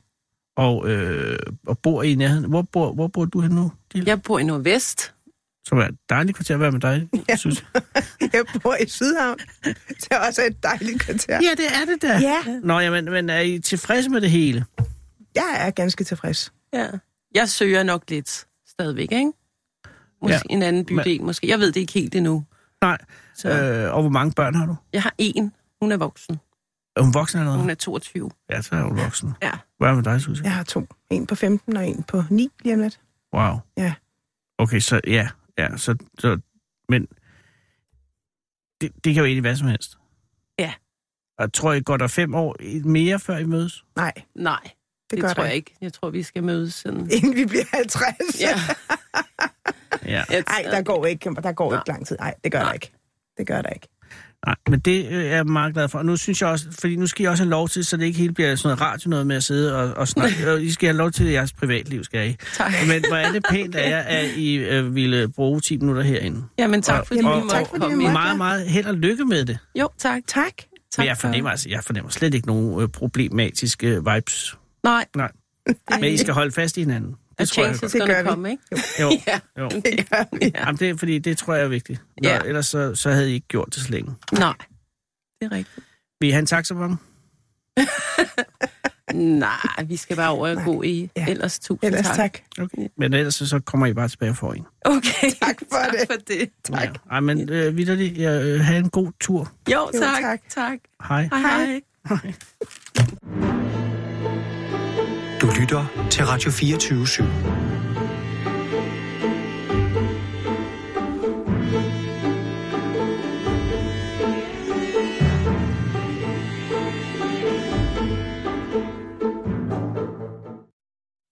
S3: og, øh, og bor i nærheden. Hvor bor, hvor bor du henne nu? Dille?
S9: Jeg bor i Nordvest.
S3: Som er et dejligt kvarter at være med dig, ja. synes jeg.
S10: Jeg bor i Sydhavn. Det er også et dejligt kvarter.
S3: Ja, det er det da.
S10: Ja.
S3: Nå, jamen, men er I tilfredse med det hele?
S10: Jeg er ganske tilfreds.
S9: Ja. Jeg søger nok lidt stadigvæk, ikke? Måske ja. en anden bydel, måske. Jeg ved det ikke helt endnu.
S3: Nej.
S9: Så
S3: Øh, og hvor mange børn har du?
S9: jeg har en. Hun er voksen.
S3: Er hun voksen eller
S9: Hun
S3: noget?
S9: er 22.
S3: Ja, så er hun voksen.
S9: Ja.
S3: Hvad er med dig, Susie?
S10: Jeg har to. En på 15 og en på 9 lige om lidt.
S3: Wow.
S10: Ja.
S3: Okay, så ja, ja, så, så men det, det kan jo egentlig være som helst.
S9: Ja.
S3: Og tror I, går der fem år mere, før I mødes?
S10: Nej,
S9: Nej, det,
S10: det, gør
S9: det tror
S10: der
S9: jeg ikke. Jeg tror, vi skal mødes sådan...
S10: Inden vi bliver 50.
S9: Ja.
S3: Ja.
S9: Jeg-
S10: Nej, der går ikke, der går
S9: Nej.
S10: ikke lang tid. Nej, det gør
S9: Nej.
S10: der ikke. Det gør der ikke.
S3: Nej, men det øh, er jeg meget glad for. Og nu synes jeg også, fordi nu skal I også have lov til, så det ikke helt bliver sådan noget radio noget med at sidde og, og snakke. Og I skal have lov til jeres privatliv, skal I.
S9: Tak.
S3: Men hvor er det pænt af jer, at I øh, ville bruge 10 minutter herinde.
S9: Jamen tak,
S3: Og-
S9: fordi
S3: og-
S9: vi måtte
S10: tak, fordi vi
S9: komme
S10: måtte.
S9: ind.
S3: Meget, meget held og lykke med det.
S9: Jo, tak.
S10: Tak.
S9: tak
S3: Men jeg fornemmer, altså, jeg fornemmer slet ikke nogen øh, problematiske øh, vibes.
S9: For... Nej,
S3: Nej. Men I skal holde fast i hinanden.
S9: det
S3: Det tror jeg
S9: chances
S3: godt.
S10: Det
S9: gonna
S10: gør vi.
S9: come, ikke?
S3: Jo,
S9: Ja.
S3: jo.
S10: Det gør vi.
S9: Ja.
S3: Jamen, det er, fordi det tror jeg er vigtigt. Nå,
S9: Ja.
S3: Ellers så, så havde I ikke gjort det så længe.
S9: Nej, det er rigtigt.
S3: Vil I have en taxavogn?
S9: Nej, vi skal bare over og gå i.
S10: Ja.
S9: Ellers tusind
S10: Ellers
S9: tak.
S10: tak.
S3: Okay. Men ellers så, så kommer I bare tilbage for en.
S9: Okay,
S10: Tak for
S9: tak
S10: det.
S9: for det.
S3: Tak. Ja. Ej, men øh, vidderligt, ja, øh, have en god tur.
S9: Jo,
S10: Jo,
S9: tak.
S10: tak.
S9: tak.
S3: Hej.
S9: Hej, hej.
S5: Du lytter til Radio 24 /7.